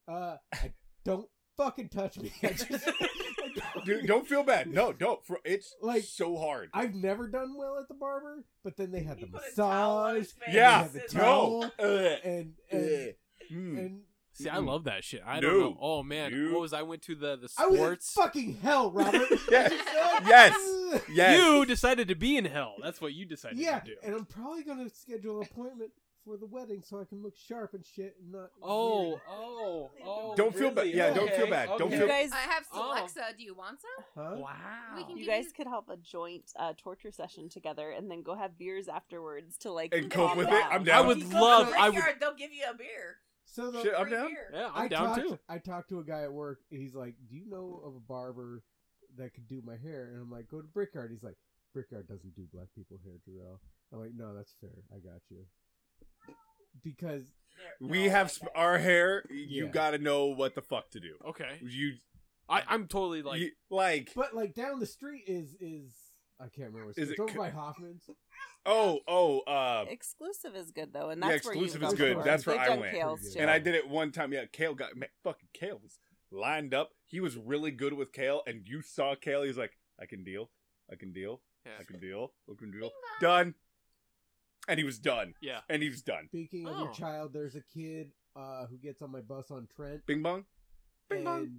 Speaker 4: Uh, I don't fucking touch me. I just, I don't-
Speaker 8: Dude, don't feel bad. No, don't. For, it's
Speaker 4: Like,
Speaker 8: like so hard.
Speaker 4: I've never done well at the barber, but then they had
Speaker 12: He
Speaker 4: the
Speaker 12: put a towel on
Speaker 4: massage
Speaker 12: his face
Speaker 8: Yeah,
Speaker 12: and-
Speaker 8: no. Ugh.
Speaker 4: and
Speaker 8: Ugh.
Speaker 4: and,
Speaker 8: Mm.
Speaker 4: and
Speaker 7: See, I
Speaker 8: Mm-mm.
Speaker 7: love that shit. I
Speaker 8: No.
Speaker 7: don't know. Oh man,
Speaker 8: You-
Speaker 7: what was I went to the the
Speaker 4: I was in
Speaker 7: sports?
Speaker 4: fucking hell, Robert.
Speaker 8: Yes. Yes.
Speaker 7: You decided to be in hell. That's what you decided
Speaker 4: yeah,
Speaker 7: to do.
Speaker 4: and I'm probably gonna schedule an appointment for the wedding so I can look sharp and shit and not.
Speaker 7: Oh,
Speaker 4: weird.
Speaker 7: oh, oh.
Speaker 8: Don't feel bad.
Speaker 7: really?
Speaker 8: Yeah, don't feel
Speaker 7: Okay,
Speaker 8: bad. Don't
Speaker 7: okay.
Speaker 9: You
Speaker 8: feel-
Speaker 9: guys,
Speaker 3: I have
Speaker 7: Oh.
Speaker 3: Alexa. Do you want some?
Speaker 4: Huh?
Speaker 7: Wow.
Speaker 3: We can
Speaker 9: you
Speaker 3: give
Speaker 9: guys could help a joint uh, torture session together, and then go have beers afterwards to like
Speaker 8: And
Speaker 9: calm
Speaker 8: cope with it.
Speaker 9: down.
Speaker 8: I'm
Speaker 7: I
Speaker 8: down.
Speaker 7: would
Speaker 12: If you go to
Speaker 7: love.
Speaker 12: the
Speaker 7: I would.
Speaker 12: brickyard, They'll give you a beer.
Speaker 4: So the
Speaker 8: Shit, I'm
Speaker 12: Free
Speaker 8: down.
Speaker 12: beer.
Speaker 7: Yeah, I'm
Speaker 4: I
Speaker 7: down
Speaker 4: talked,
Speaker 7: too.
Speaker 4: I talked to a guy at work. and He's like, "Do you know of a barber that could do my hair?" And I'm like, "Go to Brickyard." He's like, "Brickyard doesn't do black people hair, Jarrell." I'm like, "No, that's fair. I got you." Because
Speaker 12: They're-
Speaker 8: We
Speaker 12: they're all
Speaker 8: have
Speaker 12: like
Speaker 8: sp-
Speaker 12: that.
Speaker 8: our hair. You
Speaker 4: Yeah.
Speaker 8: gotta know what the fuck to do.
Speaker 7: Okay.
Speaker 8: You
Speaker 7: I, I'm totally like.
Speaker 8: like, like
Speaker 4: But like down the street is is I can't remember. What
Speaker 8: Is
Speaker 4: is it's
Speaker 8: it
Speaker 4: over
Speaker 8: co-
Speaker 4: by Hoffman's.
Speaker 8: oh oh uh,
Speaker 9: Exclusive is good though, and
Speaker 8: Yeah,
Speaker 9: that's
Speaker 8: exclusive
Speaker 9: where
Speaker 4: is
Speaker 9: you
Speaker 4: good. That's
Speaker 8: where
Speaker 9: they
Speaker 8: I
Speaker 9: done
Speaker 8: went.
Speaker 9: Kales,
Speaker 4: Pretty
Speaker 9: too.
Speaker 4: good.
Speaker 8: and I did it one time. Yeah, Kale got man, fucking Kale was lined up. He was really good with Kale, and you saw Kale. He's like, I can deal. I can deal.
Speaker 7: Yeah.
Speaker 8: I can deal. I can deal.
Speaker 3: Bingo.
Speaker 8: Done. And he was done.
Speaker 7: yeah.
Speaker 8: And he was done.
Speaker 4: Speaking of your
Speaker 7: Oh.
Speaker 4: child, there's a kid uh, who gets on my bus on Trent,
Speaker 8: Bing bong. Bing
Speaker 4: and
Speaker 8: bong.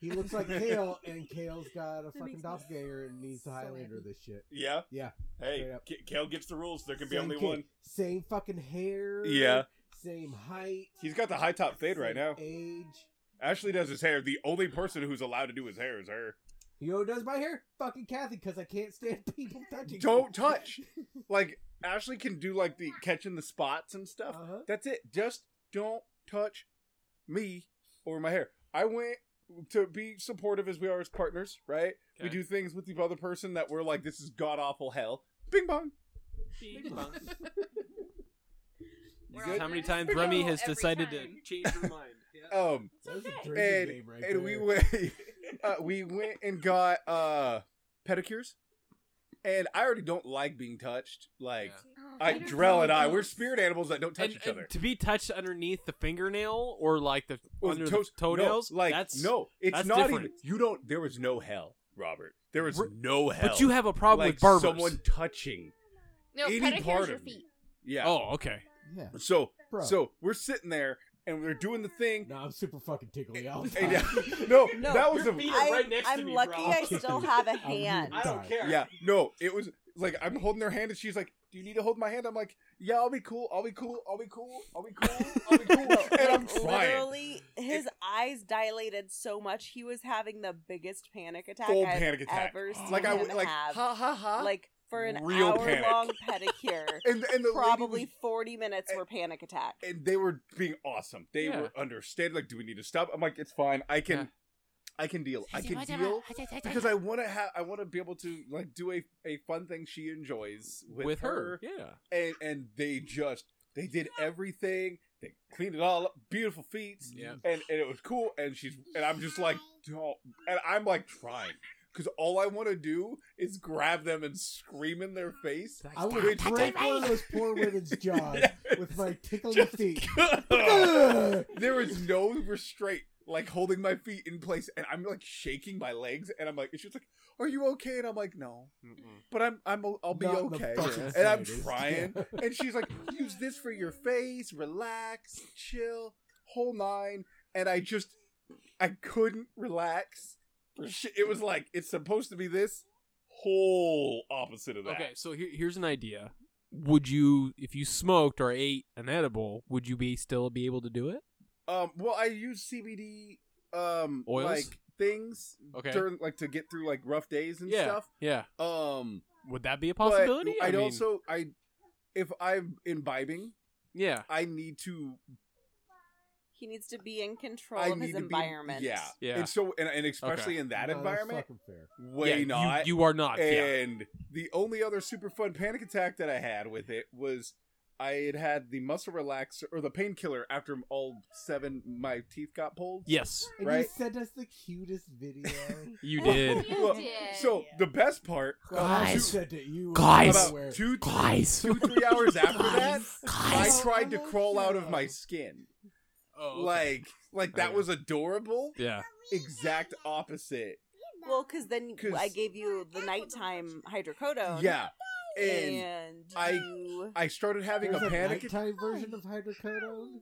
Speaker 4: he looks like Kale, and Kale's got a fucking
Speaker 9: makes me
Speaker 4: doppelganger and needs to
Speaker 9: so
Speaker 4: Highlander
Speaker 9: happy.
Speaker 4: this shit.
Speaker 8: Yeah.
Speaker 4: Yeah.
Speaker 8: Hey,
Speaker 4: Straight up.
Speaker 8: K- Kale gets the rules. There can be
Speaker 4: Same
Speaker 8: only
Speaker 4: kid,
Speaker 8: one.
Speaker 4: Same fucking hair.
Speaker 8: Yeah.
Speaker 4: Same height.
Speaker 8: He's got the high top fade right
Speaker 4: same
Speaker 8: now.
Speaker 4: Age.
Speaker 8: Ashley does his hair. The only person who's allowed to do his hair is her.
Speaker 4: You know who does my hair? Fucking Kathy, because I can't stand people touching.
Speaker 8: Don't touch. Like Ashley can do like the catching the spots and stuff.
Speaker 4: Uh-huh.
Speaker 8: That's it. Just don't touch me or my hair. I went to be supportive as we are as partners, right? We
Speaker 7: Okay.
Speaker 8: do things with the other person that we're like, this is god awful hell. Bing bong.
Speaker 7: This
Speaker 8: Good.
Speaker 7: is how many times
Speaker 12: Every
Speaker 7: Remy
Speaker 12: time.
Speaker 7: has decided to
Speaker 12: Every
Speaker 7: change her mind. Yeah.
Speaker 8: Um,
Speaker 4: That was a
Speaker 12: Okay.
Speaker 4: drinking
Speaker 8: and
Speaker 4: game right
Speaker 8: and we
Speaker 4: there.
Speaker 8: went uh, we went and got uh pedicures and i already don't like being touched like
Speaker 7: Yeah.
Speaker 3: Oh,
Speaker 8: i drell and i we're spirit animals that don't touch
Speaker 7: and,
Speaker 8: each
Speaker 7: and
Speaker 8: other
Speaker 7: to be touched underneail the fingernail or like the
Speaker 8: Well,
Speaker 7: under
Speaker 8: toes-
Speaker 7: the toenails,
Speaker 8: no, like
Speaker 7: that's
Speaker 8: no it's
Speaker 7: that's
Speaker 8: not even
Speaker 7: different.
Speaker 8: you don't there was no hell robert there was
Speaker 7: We're-
Speaker 8: no hell
Speaker 7: But you have a problem
Speaker 8: like
Speaker 7: with barbers.
Speaker 8: someone touching
Speaker 3: No,
Speaker 8: any
Speaker 3: pedicures
Speaker 8: part
Speaker 3: your
Speaker 8: of me.
Speaker 3: feet.
Speaker 8: yeah
Speaker 7: Oh, okay.
Speaker 4: Yeah.
Speaker 8: so
Speaker 4: Bro.
Speaker 8: so we're sitting there and we're doing the thing
Speaker 4: No, I'm super fucking tickly. all the
Speaker 8: and,
Speaker 4: time.
Speaker 8: no,
Speaker 9: No,
Speaker 8: that was
Speaker 7: your
Speaker 8: a
Speaker 7: feet
Speaker 9: I,
Speaker 7: right next to
Speaker 9: I'm
Speaker 7: me,
Speaker 9: lucky
Speaker 7: bro.
Speaker 9: I still have a
Speaker 4: I'm really
Speaker 9: hand.
Speaker 7: I don't
Speaker 4: sorry.
Speaker 7: care.
Speaker 8: Yeah, no, it was like I'm holding her hand and she's like, "Do you need to hold my hand?" I'm like, "Yeah, I'll be cool. I'll be cool. I'll be cool. I'll be cool. I'll be cool." and I'm
Speaker 9: Like,
Speaker 8: trying.
Speaker 9: Literally, his eyes dilated so much he was having the biggest panic attack
Speaker 8: Full
Speaker 9: I've
Speaker 8: panic attack.
Speaker 9: ever seen
Speaker 8: Like I
Speaker 9: him
Speaker 8: w- like
Speaker 9: have.
Speaker 8: ha ha ha.
Speaker 9: Like for an
Speaker 8: Real
Speaker 9: hour
Speaker 8: panic.
Speaker 9: long pedicure,
Speaker 8: and and the Eh. lady
Speaker 9: probably
Speaker 8: was-
Speaker 9: 40 minutes were panic attack.
Speaker 8: and they were being awesome. They
Speaker 7: Yeah.
Speaker 8: were understanding. Like, do we need to stop? I'm like, it's fine. I can,
Speaker 7: Yeah.
Speaker 8: I can deal. I can deal because I want to have. I want to be able to like do a a fun thing she enjoys with,
Speaker 7: With, her. Yeah.
Speaker 8: and and they just they did everything. They cleaned it all up. Beautiful feats.
Speaker 7: Yeah.
Speaker 8: And and it was cool. And she's and I'm just like, don't. And I'm like trying because all I want to do is grab them and scream in their face.
Speaker 4: I would
Speaker 8: Which-
Speaker 4: break one of those poor women's jaws with my tickly
Speaker 8: Just-
Speaker 4: feet.
Speaker 8: Ugh. there is no restraint, like holding my feet in place, and I'm like shaking my legs, and I'm like, and she's like, "Are you okay?" And I'm like, "No, but I'm I'm I'll be
Speaker 4: Not in the
Speaker 8: okay."
Speaker 4: fucking
Speaker 8: And I'm
Speaker 4: slightest.
Speaker 8: trying,
Speaker 4: Yeah.
Speaker 8: and she's like, use this for your face, relax, chill, whole nine. And I just, I couldn't relax. For shit. It was like, it's supposed to be this whole opposite of that.
Speaker 7: Okay, so here, here's an idea. Would you, if you smoked or ate an edible, would you be still be able to do it?
Speaker 8: Um, well, I use CBD, um,
Speaker 7: Oils?
Speaker 8: like things
Speaker 7: Okay.
Speaker 8: during, like to get through like rough days and
Speaker 7: yeah.
Speaker 8: stuff.
Speaker 7: Yeah.
Speaker 8: Um,
Speaker 7: Would that be a
Speaker 8: but
Speaker 7: possibility? I
Speaker 8: I'd
Speaker 7: mean,
Speaker 8: also, I, if I'm imbibing,
Speaker 7: Yeah.
Speaker 8: I need to
Speaker 9: He needs to be in control
Speaker 8: I
Speaker 9: of
Speaker 8: need
Speaker 9: his
Speaker 8: to be-
Speaker 9: environment.
Speaker 8: yeah,
Speaker 7: Yeah.
Speaker 8: And so, and, and especially in that
Speaker 4: No, that's
Speaker 8: environment,
Speaker 4: fucking fair.
Speaker 7: yeah,
Speaker 8: way
Speaker 7: you-
Speaker 8: not. Eh.
Speaker 7: You, are not. yeah.
Speaker 8: and the only other super fun panic attack that I had with it was I had had the muscle relaxer or the painkiller after all seven my teeth got pulled.
Speaker 7: Yes,
Speaker 4: And
Speaker 8: Right?
Speaker 4: you sent us the cutest video.
Speaker 7: you did.
Speaker 3: You
Speaker 8: Well,
Speaker 3: did.
Speaker 8: So the best part,
Speaker 4: Guys, you
Speaker 7: Guys.
Speaker 4: said that you were
Speaker 7: Guys.
Speaker 8: about
Speaker 4: nowhere.
Speaker 8: two,
Speaker 7: Guys.
Speaker 8: two, three hours after that, I
Speaker 4: Guys.
Speaker 8: tried to crawl out of my skin.
Speaker 7: Oh, okay.
Speaker 8: Like, like that
Speaker 7: Okay.
Speaker 8: was adorable.
Speaker 7: yeah.
Speaker 8: Exact opposite.
Speaker 9: Well, because then
Speaker 8: 'Cause-
Speaker 9: I gave you the nighttime hydrocodone.
Speaker 8: Oh, Yeah, and
Speaker 9: And
Speaker 8: I-
Speaker 9: you.
Speaker 8: I started having a
Speaker 4: There's
Speaker 8: panic. attack.
Speaker 4: nighttime version of hydrocodone.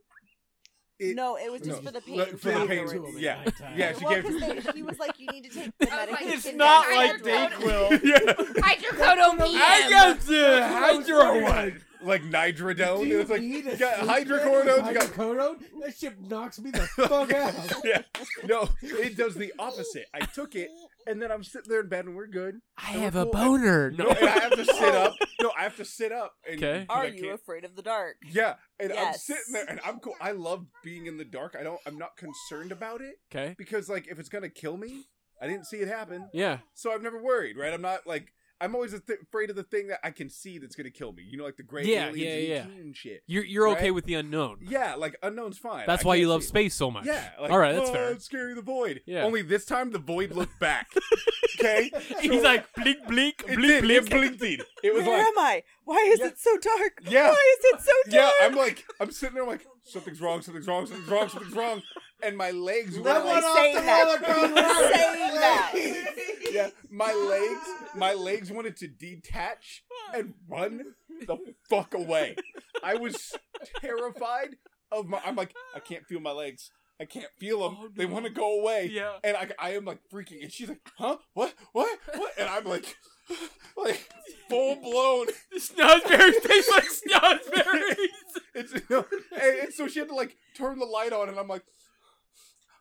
Speaker 8: it-
Speaker 9: no, it was just
Speaker 8: no.
Speaker 9: for the pain.
Speaker 8: Like, for the pain.
Speaker 4: afterwards.
Speaker 8: Yeah,
Speaker 4: Nighttime.
Speaker 8: yeah. She
Speaker 9: Well,
Speaker 8: gave.
Speaker 9: 'cause they- she was like, you need to take the
Speaker 3: I was like,
Speaker 9: medication.
Speaker 3: It's
Speaker 9: down
Speaker 3: not
Speaker 9: to
Speaker 3: like
Speaker 9: hydrocodone."
Speaker 3: Dayquil.
Speaker 8: yeah.
Speaker 3: Hydrocodone PM.
Speaker 7: I got the
Speaker 4: Like,
Speaker 7: hydro
Speaker 8: like
Speaker 4: do
Speaker 8: nitrodone.
Speaker 4: you
Speaker 8: It was like
Speaker 4: need
Speaker 8: you
Speaker 4: a
Speaker 8: got
Speaker 4: sleep med with
Speaker 8: hydrocodone. You got
Speaker 4: hydrocodone? That shit knocks me the fuck out.
Speaker 8: yeah. No, it does the opposite. I took it, and then I'm sitting there in bed, and we're good.
Speaker 7: I
Speaker 8: And we're
Speaker 7: have a
Speaker 8: cool.
Speaker 7: boner.
Speaker 8: No, and I have to sit up. No, I have to sit up. And,
Speaker 7: 'Kay.
Speaker 8: I
Speaker 9: Are
Speaker 8: can't-
Speaker 9: you afraid of the dark?
Speaker 8: Yeah, and I'm
Speaker 9: Yes.
Speaker 8: sitting there, and I'm cool. I love being in the dark. I don't. I'm not concerned about it
Speaker 7: Okay.
Speaker 8: because, like, if it's gonna kill me, I didn't see it happen,
Speaker 7: Yeah.
Speaker 8: so I'm never worried, right? I'm not like. I'm always a th- afraid of the thing that I can see that's gonna kill me. You know, like the great
Speaker 7: Yeah,
Speaker 8: aliens
Speaker 7: yeah,
Speaker 8: and
Speaker 7: yeah.
Speaker 8: Teen shit.
Speaker 7: You're you're okay
Speaker 8: Right?
Speaker 7: with the unknown.
Speaker 8: Yeah, like unknown's fine.
Speaker 7: That's
Speaker 8: I
Speaker 7: why
Speaker 8: can't
Speaker 7: you love
Speaker 8: see it.
Speaker 7: space so much.
Speaker 8: Yeah. Like,
Speaker 7: All right, that's
Speaker 8: "Oh,
Speaker 7: fair.
Speaker 8: It's scary the void.
Speaker 7: Yeah.
Speaker 8: Only this time the void looked back. okay.
Speaker 7: He's like blink, blink,
Speaker 8: It
Speaker 7: blink,
Speaker 8: did,
Speaker 7: blink.
Speaker 8: It blinked. It It was
Speaker 9: Where
Speaker 8: like,
Speaker 9: am I? Why is
Speaker 8: Yeah.
Speaker 9: it so dark?
Speaker 8: Yeah.
Speaker 9: Why is it so dark?
Speaker 8: yeah. I'm like, I'm sitting there like, something's wrong, something's wrong, something's wrong, something's wrong, and my legs were
Speaker 9: That
Speaker 8: like,
Speaker 9: one saying that.
Speaker 4: roller
Speaker 9: You're
Speaker 4: coaster.
Speaker 9: saying that.
Speaker 8: yeah, my legs, my legs wanted to detach and run the fuck away. I was terrified of my. I'm like, I can't feel my legs. I can't feel them.
Speaker 7: Oh,
Speaker 8: They
Speaker 7: no.
Speaker 8: want to go away.
Speaker 7: Yeah.
Speaker 8: and I, I am like freaking, and she's like, "Huh? What? What? What?" And I'm like, like full blown.
Speaker 7: Snozzberry tastes like snozzberries.
Speaker 8: It's no, and, and so she had to like turn the light on, and I'm like,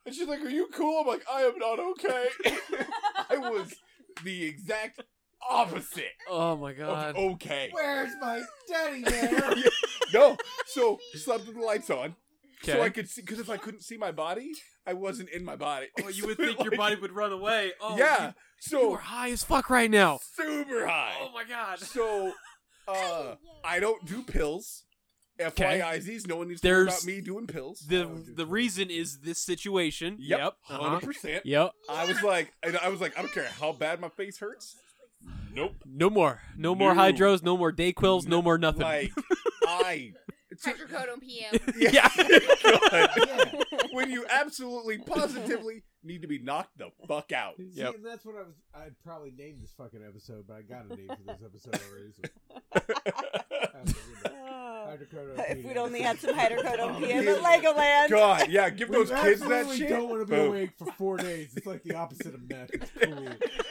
Speaker 8: and she's like, "Are you cool?" I'm like, "I am not okay." I was the exact opposite
Speaker 7: oh my
Speaker 8: of
Speaker 7: god.
Speaker 8: okay.
Speaker 4: Where's my daddy man?
Speaker 8: No, so slept with the lights on, so I
Speaker 7: Okay.
Speaker 8: could see because if I couldn't see my body, I wasn't in my body.
Speaker 7: Oh, you would
Speaker 8: So,
Speaker 7: think your
Speaker 8: like,
Speaker 7: body would run away. Oh,
Speaker 8: yeah,
Speaker 7: You, you are
Speaker 8: so
Speaker 7: high as fuck right now.
Speaker 8: super high.
Speaker 7: Oh my god.
Speaker 8: So, uh, I don't do pills.
Speaker 7: Okay.
Speaker 8: FYIZs, no one needs to worry
Speaker 7: There's-
Speaker 8: about me doing pills.
Speaker 7: The the reason is this situation.
Speaker 8: yep,
Speaker 7: Uh-huh.
Speaker 8: hundred percent.
Speaker 7: Yep.
Speaker 8: I was like, and I was like, I don't care how bad my face hurts. Nope.
Speaker 7: No more. No more
Speaker 8: No.
Speaker 7: hydros. No more Dayquils. No more nothing.
Speaker 8: Like I. so-
Speaker 3: Hydrocodone PM.
Speaker 7: yeah.
Speaker 8: God.
Speaker 4: Yeah.
Speaker 8: when you absolutely positively need to be knocked the fuck out.
Speaker 4: See,
Speaker 7: Yep.
Speaker 4: and that's what I was. I'd probably name this fucking episode, but I got a name for this episode already. So I have to remember.
Speaker 9: Oh.
Speaker 4: Hydrocodone
Speaker 9: If
Speaker 4: PM.
Speaker 9: we'd only had some hydrocodone
Speaker 4: Oh,
Speaker 9: PM
Speaker 8: yeah.
Speaker 9: at Legoland.
Speaker 8: God, yeah, give
Speaker 4: We
Speaker 8: those kids that
Speaker 4: absolutely
Speaker 8: shit.
Speaker 4: don't want to be
Speaker 8: Boom.
Speaker 4: awake for four days. It's like the opposite of meth. It's cool.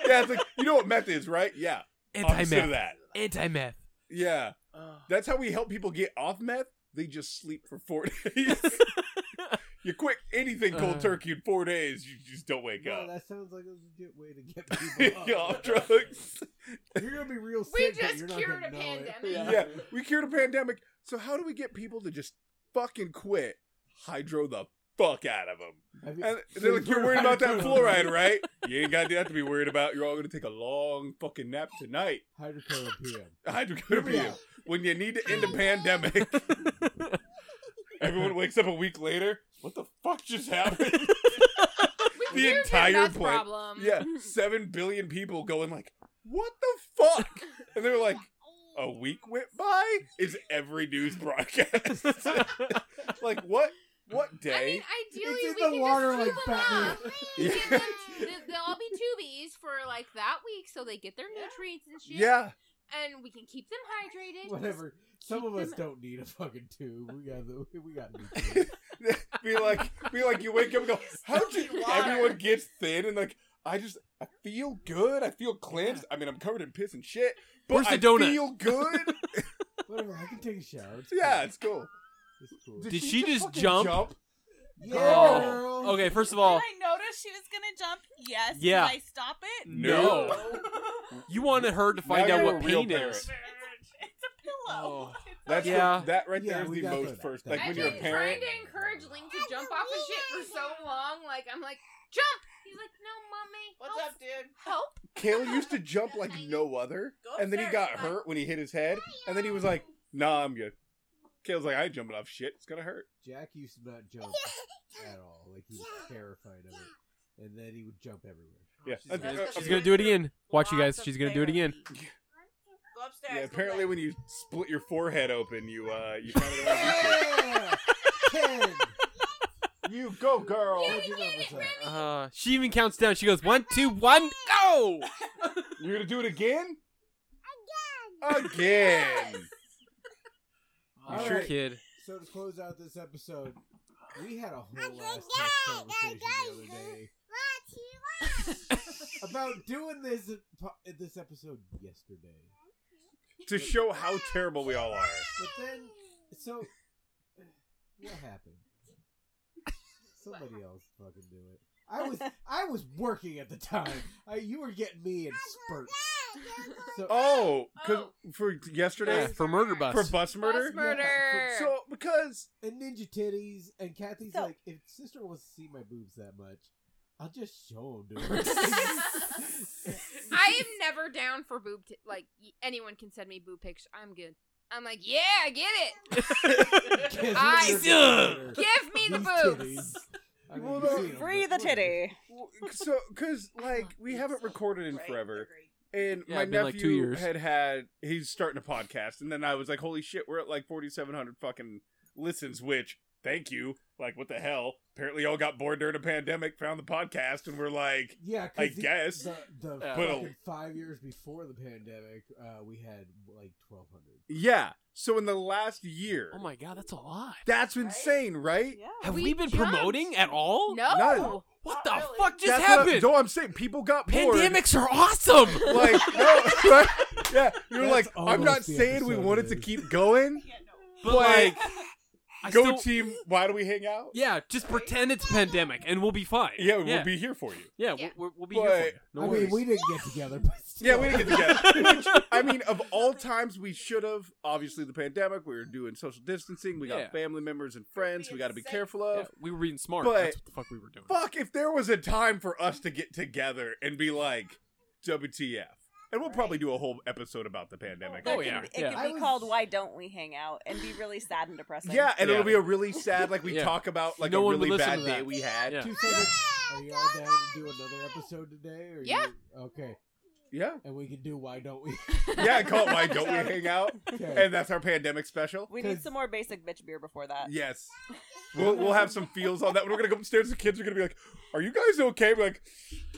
Speaker 8: Yeah, it's like you know what meth is, right? Yeah,
Speaker 7: Anti
Speaker 8: opposite of
Speaker 7: meth.
Speaker 8: that.
Speaker 7: Anti meth.
Speaker 8: Yeah,
Speaker 7: Oh.
Speaker 8: That's how we help people get off meth. They just sleep for four days. you quit anything cold
Speaker 7: Uh.
Speaker 8: turkey in four days. You just don't wake
Speaker 4: Wow,
Speaker 8: up.
Speaker 4: that sounds like a legit way to get
Speaker 8: Get
Speaker 4: people
Speaker 8: off
Speaker 4: off.
Speaker 8: drugs.
Speaker 4: You're gonna be real
Speaker 3: We
Speaker 4: sick. but
Speaker 3: just
Speaker 4: you're not
Speaker 3: cured
Speaker 4: gonna
Speaker 3: a
Speaker 4: know it.
Speaker 3: pandemic.
Speaker 8: Yeah. we cured a pandemic. So how do we get people to just fucking quit? Hydro the fuck out of them.
Speaker 4: I mean,
Speaker 8: And
Speaker 4: so
Speaker 8: they're
Speaker 4: you
Speaker 8: like, you're
Speaker 4: put
Speaker 8: worried about that
Speaker 4: hydrocodone-
Speaker 8: fluoride, right? You ain't got that to be worried about. You're all gonna take a long fucking nap tonight.
Speaker 4: Hydrocodone PM.
Speaker 8: Hydro gonna
Speaker 4: Here we
Speaker 8: be
Speaker 4: are.
Speaker 8: when you need to end a pandemic. Everyone wakes up a week later. What the fuck just happened?
Speaker 3: We
Speaker 8: The
Speaker 3: cured
Speaker 8: entire
Speaker 3: their nuts
Speaker 8: plan-
Speaker 3: problem.
Speaker 8: Yeah, seven billion people going like, "What the fuck?" And they're like, "A
Speaker 4: Oh.
Speaker 8: week went by." Is every news broadcast like what? What
Speaker 3: I
Speaker 8: day?
Speaker 3: mean, ideally,
Speaker 4: It's in
Speaker 3: we
Speaker 4: the
Speaker 3: can
Speaker 4: water
Speaker 3: just
Speaker 4: like
Speaker 3: scoop 'em
Speaker 4: Batman.
Speaker 3: up.
Speaker 8: Yeah.
Speaker 3: Give them- th- They'll all be tubies for like that week, so they get their nutrients and shit.
Speaker 8: yeah,
Speaker 3: and we can keep them hydrated.
Speaker 4: Whatever. Some of
Speaker 3: keep
Speaker 4: us
Speaker 3: them-
Speaker 4: don't need a fucking tube. We got the. We got. nutrients.
Speaker 8: be like, be like, you wake up and go, "How'd
Speaker 3: Still
Speaker 8: you?"
Speaker 3: need water.
Speaker 8: Everyone gets thin and like, I just, I feel good. I feel cleansed. I mean, I'm covered in piss and shit, but
Speaker 7: Where's the
Speaker 8: I
Speaker 7: donut?
Speaker 8: feel good.
Speaker 4: Whatever. I can take a shower. It's
Speaker 8: yeah,
Speaker 4: cool.
Speaker 8: it's cool.
Speaker 4: It's cool.
Speaker 7: Did she just
Speaker 8: fucking
Speaker 7: jump?
Speaker 4: Yeah,
Speaker 7: Oh,
Speaker 4: girl.
Speaker 7: Okay, first of all,
Speaker 12: Did I noticed she was gonna jump? Yes.
Speaker 7: Yeah.
Speaker 12: Did I stop it?
Speaker 7: no. You wanted her to find
Speaker 8: Now
Speaker 7: out
Speaker 8: you're
Speaker 7: what
Speaker 8: a real
Speaker 7: pain is. Oh,
Speaker 12: It's a, it's a pillow.
Speaker 8: That's
Speaker 7: Yeah.
Speaker 8: the, that right
Speaker 4: Yeah,
Speaker 8: there is
Speaker 4: we
Speaker 8: the
Speaker 4: got
Speaker 8: most
Speaker 4: that.
Speaker 8: first.
Speaker 4: That-
Speaker 8: Like when
Speaker 3: I've
Speaker 8: you're a
Speaker 3: been
Speaker 8: parent,
Speaker 3: trying to encourage Link to jump off of shit for so long. Like I'm like, jump. He's like, no, mommy.
Speaker 12: What's
Speaker 3: help,
Speaker 12: up, dude?
Speaker 3: Help.
Speaker 8: Kale used to jump like no other, and then he got hurt when he hit his head, and then he was like, "Nah, I'm good." Kale's like, I ain't jumping off shit. It's gonna hurt.
Speaker 4: Jack used to not jump at all. Like he was terrified of it, and then he would jump everywhere.
Speaker 8: Yeah.
Speaker 4: She's
Speaker 8: Uh,
Speaker 4: like,
Speaker 8: uh,
Speaker 7: She's gonna do it again. Watch you
Speaker 12: Lots
Speaker 7: guys.
Speaker 12: of
Speaker 7: She's gonna do it again.
Speaker 12: therapy. Go upstairs.
Speaker 8: Yeah.
Speaker 12: go
Speaker 8: Apparently,
Speaker 12: play.
Speaker 8: when you split your forehead open, you uh, you kind of don't wanna do shit.
Speaker 4: yeah, Ken,
Speaker 8: you go, girl.
Speaker 4: what'd you number say?
Speaker 7: Uh, she even counts down. She goes one, two, one, go.
Speaker 8: You're gonna do it again? Again. Again.
Speaker 4: All
Speaker 7: sure,
Speaker 4: right.
Speaker 7: kid.
Speaker 4: So to close out this episode, we had a whole last text conversation the other day about doing this po- this episode yesterday.
Speaker 8: to show how terrible we all are.
Speaker 4: But then, so what happened? Somebody else fucking do it. I was I was working at the time. I, you were getting me in spurts. So
Speaker 8: Oh, 'cause for yesterday
Speaker 7: Yeah, for murder bus.
Speaker 8: for bus murder.
Speaker 4: murder.
Speaker 8: For- so because
Speaker 4: and ninja titties and Kathy's
Speaker 9: So-
Speaker 4: like, if sister wants to see my boobs that much, I'll just show them to her.
Speaker 3: I am never down for boob. T- like y- anyone can send me boob pictures. I'm good. I'm like, yeah, I get it. I
Speaker 4: do.
Speaker 3: Give me the boobs.
Speaker 8: Well, no,
Speaker 9: Free the titty.
Speaker 8: so because like we haven't recorded in
Speaker 12: Right?
Speaker 8: forever,
Speaker 12: Agree.
Speaker 8: and
Speaker 7: Yeah,
Speaker 8: my
Speaker 7: it's been, like, two
Speaker 8: nephew
Speaker 7: years.
Speaker 8: had had he's starting a podcast, and then I was like, holy shit, we're at like forty seven hundred fucking listens, which. Thank you. Like, what the hell? Apparently, y'all got bored during a pandemic, found the podcast, and we're like,
Speaker 4: Yeah, 'cause
Speaker 8: I
Speaker 4: the-
Speaker 8: guess.
Speaker 4: the, the
Speaker 7: Yeah.
Speaker 8: But-
Speaker 4: fucking five years before the pandemic, uh, we had like twelve hundred.
Speaker 8: yeah. So, in the last year,
Speaker 7: Oh my god, that's a lot.
Speaker 8: that's insane, right?
Speaker 9: Yeah.
Speaker 7: Have we,
Speaker 3: We
Speaker 7: been
Speaker 3: jumped.
Speaker 7: promoting at all?
Speaker 3: No.
Speaker 8: None.
Speaker 7: What
Speaker 12: Not
Speaker 7: the
Speaker 12: really.
Speaker 7: fuck just
Speaker 8: That's what I-
Speaker 7: happened?
Speaker 8: no, I'm saying people got bored.
Speaker 7: Pandemics are awesome.
Speaker 8: like no, right? yeah you're
Speaker 4: That's
Speaker 8: like i'm
Speaker 4: almost
Speaker 8: not
Speaker 4: the
Speaker 8: saying we
Speaker 4: episode
Speaker 8: wanted
Speaker 4: it
Speaker 8: to
Speaker 4: is.
Speaker 8: keep going
Speaker 12: Yeah, no.
Speaker 7: but like, I
Speaker 8: go
Speaker 7: still-
Speaker 8: team why do we hang out
Speaker 7: Yeah, just pretend it's pandemic and we'll be fine.
Speaker 8: yeah, we'll
Speaker 7: yeah,
Speaker 8: be here for you
Speaker 7: yeah,
Speaker 3: Yeah.
Speaker 7: We'll, we'll be
Speaker 8: But-
Speaker 7: here. For you. No
Speaker 4: I mean,
Speaker 7: worries.
Speaker 4: we didn't get together, but
Speaker 8: yeah
Speaker 4: still.
Speaker 8: we didn't get together Which, i mean of all times we should have obviously the pandemic we were doing social distancing we got
Speaker 7: Yeah.
Speaker 8: family members and friends we got to be
Speaker 12: Insane.
Speaker 8: careful
Speaker 7: Yeah,
Speaker 8: of
Speaker 7: we were being smart.
Speaker 8: But-
Speaker 7: That's what the fuck we were doing.
Speaker 8: fuck if there was a time for us to get together and be like wtf and we'll probably do a whole episode about the pandemic
Speaker 7: Oh,
Speaker 9: That
Speaker 7: yeah.
Speaker 9: could be- It could
Speaker 4: I
Speaker 9: be
Speaker 4: was-
Speaker 9: called "Why Don't We Hang Out" and be really sad and depressing.
Speaker 8: yeah and
Speaker 7: Yeah.
Speaker 8: it'll be a really sad like we
Speaker 7: Yeah.
Speaker 8: talk about like
Speaker 7: No
Speaker 8: a
Speaker 7: one would
Speaker 8: really
Speaker 7: listen
Speaker 8: bad
Speaker 7: to that.
Speaker 8: day we had
Speaker 7: Yeah.
Speaker 4: Two seconds. Are you all down to do another episode today? Or
Speaker 3: Yeah.
Speaker 4: You, okay,
Speaker 8: yeah.
Speaker 4: and we can do. Why don't we?
Speaker 8: yeah, call it Why Don't We Hang Out?
Speaker 4: Okay.
Speaker 8: And that's our pandemic special.
Speaker 9: We need
Speaker 4: 'Cause-
Speaker 9: some more basic bitch beer before that.
Speaker 8: Yes. We'll, we'll have some feels on that. We're going to go upstairs. The kids are going to be like, Are you guys okay? We're like,